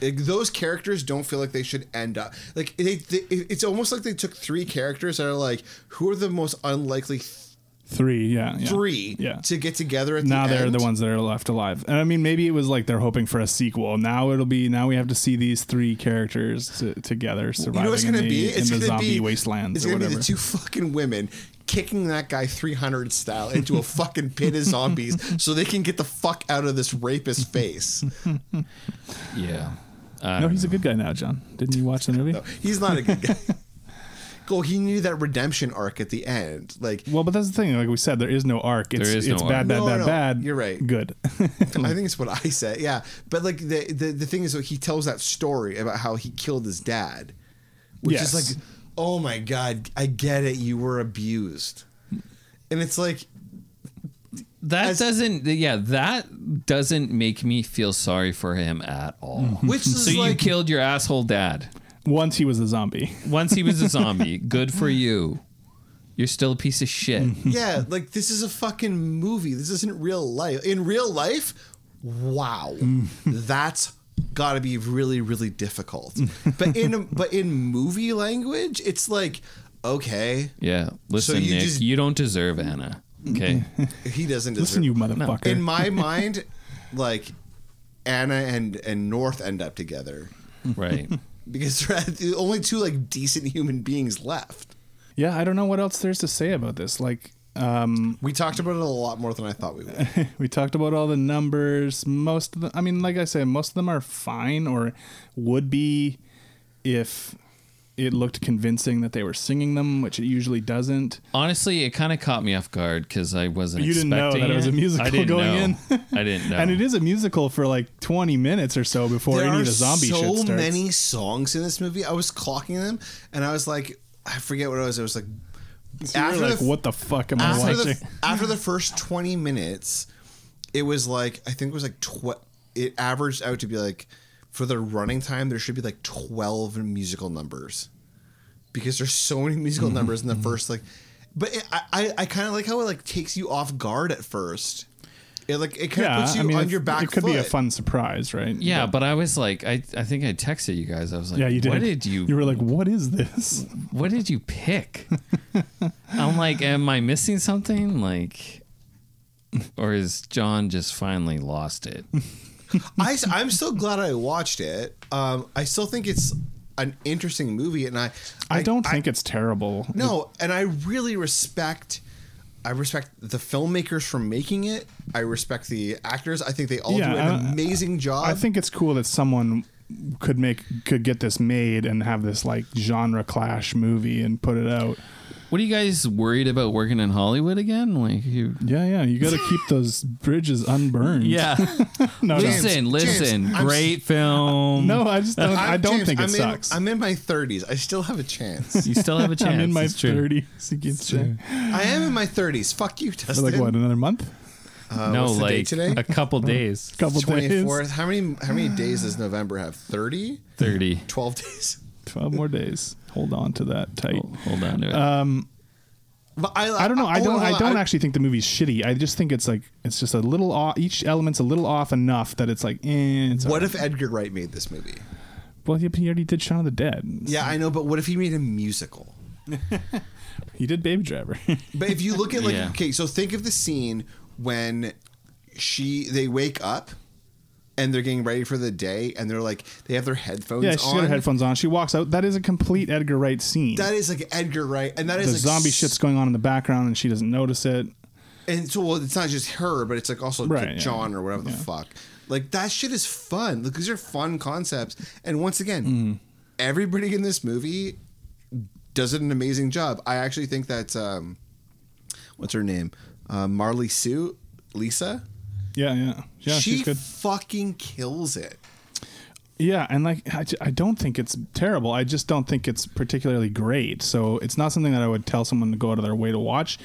Like, those characters don't feel like they should end up like they, they, it's almost like they took three characters that are like who are the most unlikely th-
Three, yeah, yeah.
three
yeah.
to get together at
now
the
they're
end.
the ones that are left alive, and I mean, maybe it was like they're hoping for a sequel. Now it'll be now we have to see these three characters to, together surviving
You know what's
in
gonna
the,
be? It's
in the
gonna
zombie
be
wastelands
It's
or
gonna be
whatever.
the two fucking women kicking that guy 300 style into a fucking pit of zombies so they can get the fuck out of this rapist face.
yeah
no, he's a good guy now, John. Didn't you watch the movie?
No, he's not a good guy. Well, he knew that redemption arc at the end. Like,
Well, but that's the thing. Like we said, there is no arc. It's,
is no
it's
arc.
bad, bad,
No,
bad,
no,
bad.
you're right.
Good.
I think it's what I said. Yeah, but like the the, the thing is, that he tells that story about how he killed his dad, which
Yes.
is like, oh my god, I get it. You were abused, and it's like,
That
As-
doesn't, yeah, that doesn't make me feel sorry for him at
Mm-hmm.
all.
which is
So you
like,
killed your asshole dad
Once he was a zombie.
once he was a zombie. Good for you. You're still a piece of shit.
yeah, like this is a fucking movie. This isn't real life. In real life, wow,
Mm.
that's got to be really really difficult. But in but in movie language, it's like, okay,
Yeah. Listen,
you
Nick,
just-
you don't deserve Anna. Okay.
he doesn't. Deserve
Listen, you motherfucker.
In my mind, like Anna and and North end up together
right.
because they're the only two like decent human beings left.
yeah, I don't know what else there's to say about this. Like,
We talked about it a lot more than I thought we would.
we talked about all the numbers. Most of the, I mean, like I said, most of them are fine or would be if it looked convincing that they were singing them, which it usually doesn't.
Honestly, it kind of caught me off guard because I wasn't
You didn't know
expecting
that it was a musical
I didn't
going
know. I didn't know.
And it is a musical for like 20 minutes or so before
there
any
are
of the zombie
so
shit starts.
many songs in this movie. I was clocking them, and I was like, I forget what I was. I was like,
So you're like,
the-
what the fuck am I
after
watching?
the, after the first 20 minutes it was like i think it was like tw- it averaged out to be like for the running time there should be like 12 musical numbers because there's so many
Mm-hmm.
musical numbers in the first like but it, i i, I kind of like how it like takes you off guard at first It like it kind of
Yeah,
puts you
I mean,
on
it-
your back.
It could be a
foot.
fun surprise, right?
Yeah, but I was like, I, I think I texted you guys. I was like,
Yeah, you did.
What did you,
You were like, "What is this?"
What did you pick? I'm like, am I missing something? Like, or is John just finally lost it?
I, am still glad I watched it. Um, I still think it's an interesting movie, and I
I, don't think it's terrible.
no, and I really respect. I respect the filmmakers for making it. I respect the actors. I think they all
Yeah,
do an
I-
amazing job.
I think it's cool that someone could make could get this made and have this like genre clash movie and put it out.
What are you guys worried about working in Hollywood again? Like, you,
Yeah, yeah. You got to keep those bridges unburned.
yeah.
No, no.
listen,
James,
listen.
James, I'm
Great film.
No, I just don't.
I'm-
I don't
James,
think it
I'm in,
sucks.
I'm in my 30s. I still have a chance.
You still have a chance.
I'm in my
it's true.
thirties. You could say.
I am in my 30s. Fuck you, Dustin.
For like what? Another month?
no,
Uh, what's the
like
date today?
a couple days.
Couple days?
24th. How many how many days does November have? 30?
30.
12 days?
Twelve more days. Hold on to that tight.
Hold, hold on to it.
But I,
I don't know. I
hold
don't.
on,
I
hold on.
don't actually think the movie's shitty. I just think it's like it's just a little off. Each element's a little off enough that it's like, eh, it's
What if Edgar Wright made this movie?
Well, yeah, but he already did Shaun of the Dead.
Yeah, I know, but what if he made a musical?
He did Baby Driver.
But if you look at like
Yeah.
okay, so think of the scene when she they wake up and they're getting ready for the day and they're like they have their headphones
yeah, she's
on.
got her headphones on. She walks out. That is a complete Edgar Wright scene.
That is like Edgar Wright and that is
the
like
zombie
s-
shit's going on in the background, and she doesn't notice it.
And so well, it's not just her, but it's like also
Right,
like
yeah.
John or whatever the fuck. Like that shit is fun. Like these are fun concepts. And once again,
Mm-hmm.
everybody in this movie does an amazing job. I actually think that um, what's her name, uh, Marley Sue, Lisa.
Yeah, yeah, yeah.
she
she's good.
fucking kills it.
Yeah, and like I, ju- I don't think it's terrible. I just don't think it's particularly great. So it's not something that I would tell someone to go out of their way to watch.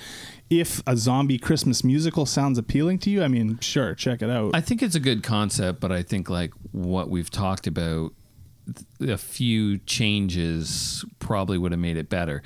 If a zombie Christmas musical sounds appealing to you, I mean, sure, check it out.
I think it's a good concept, but I think like what we've talked about, th- a few changes probably would have made it better.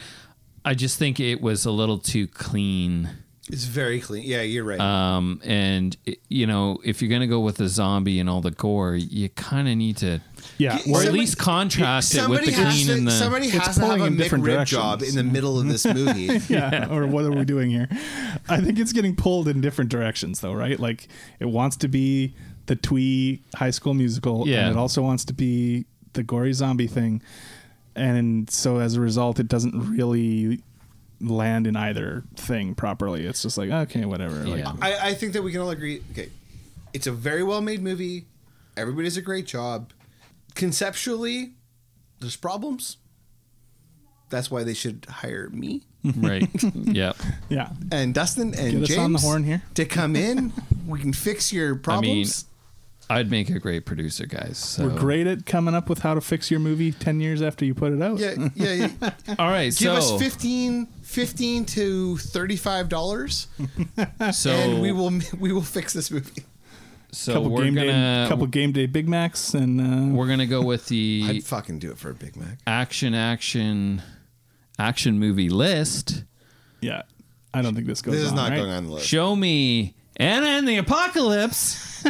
I just think it was a little too clean.
It's very clean. Yeah, you're right.
Uh,
Um, and it- you know, if you're gonna go with the zombie and all the gore, you kind of need to,
yeah,
Yeah,
or
Somebody-
at least contrast it with
somebody
the
has
clean
to,
and the.
somebody has to have
pulling
a
in different
McRib job in
directions.
the middle of this movie.
yeah, or what are we doing here? I think it's getting pulled in different directions, though, right? Like it wants to be the twee high school musical,
Yeah.
and it also wants to be the gory zombie thing, and so as a result, it doesn't really land in either thing properly. It's just like okay, whatever. Like,
Yeah.
I, I think that we can all agree. Okay, it's a very well made movie. Everybody does a great job. Conceptually, there's problems. That's why they should hire me
right. yep.
yeah,
and Dustin and
Get us
James
on the horn here.
to come in. we can fix your problems.
I'd make a great producer, guys. So.
we're great at coming up with how to fix your movie ten years after you put it out.
yeah, yeah, yeah.
All right.
Give
so,
us 15, 15 to thirty-five dollars,
so
and we will we will fix this movie.
So
Couple
we're
game
gonna
day, couple game day Big Macs, and uh,
we're gonna go with the
I'd fucking do it for a Big Mac.
action action action movie list
yeah, I don't think this goes.
This is
on,
not
right?
going on the list.
show me anna and the apocalypse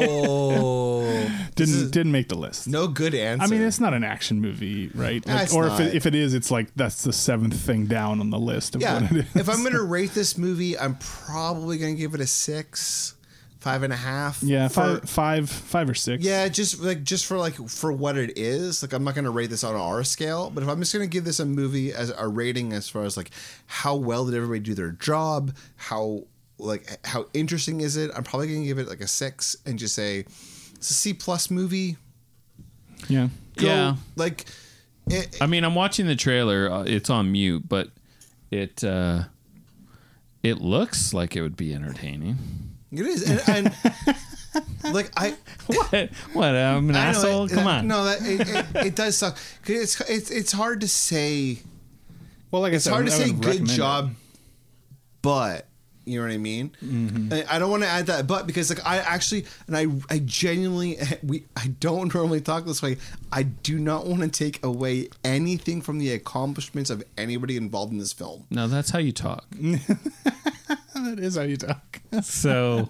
No.
Didn't didn't make the list.
No good answer.
I mean, it's not an action movie, right?
Yeah,
Like,
it's
or
not.
if it, if it is, it's like that's the seventh thing down on the list of
yeah.
what it is.
If I'm gonna rate this movie, I'm probably gonna give it a six, five and a half.
yeah,
for-
five, five, five or six.
yeah, just like just for like for what it is. Like I'm not gonna rate this on our scale, but if I'm just gonna give this a movie as a rating as far as like how well did everybody do their job, how like how interesting is it? I'm probably gonna give it like a six and just say it's a C plus movie.
yeah.
Go-
yeah
like it,
i mean i'm watching the trailer uh, it's on mute but it uh it looks like it would be entertaining
it is, and, and like I
what what i'm an
I know,
asshole
it-
come
that-
on
No, that, it, it, it does suck. 'Cause It's, it's it's hard to say.
Well, like I
It's
said,
hard to
I
say
wouldn't
good
recommend it.
job, but You know what I mean?
Mm-hmm.
And I don't want to add that but because like I actually and I I genuinely we I don't normally talk this way. I do not want to take away anything from the accomplishments of anybody involved in this film.
No, that's how you talk.
that is how you talk.
So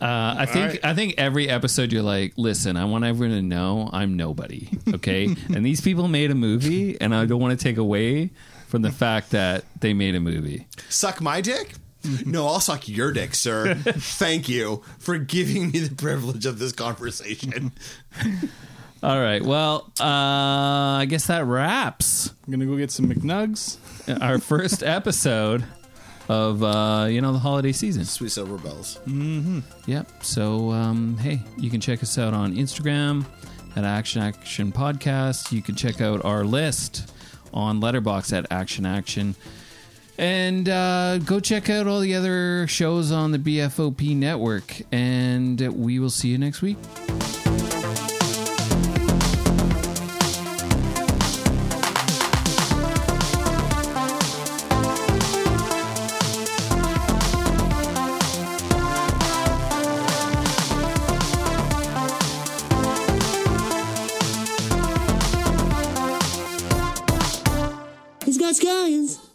uh, I think I think every episode you're like, listen, I want everyone to know I'm nobody, okay? and these people made a movie, and I don't want to take away from the fact that they made a movie.
Suck my dick? No, I'll suck your dick, sir. Thank you for giving me the privilege of this conversation.
All right, well, uh, I guess that wraps
I'm gonna go get some McNugs.
our first episode of uh, you know the holiday season.
Sweet silver bells.
Yep. So, um, hey, you can check us out on Instagram at Action Action Podcast. You can check out our list on Letterbox at Action Action, and uh, go check out all the other shows on the BFOP network. And we will see you next week.
He's got scallions.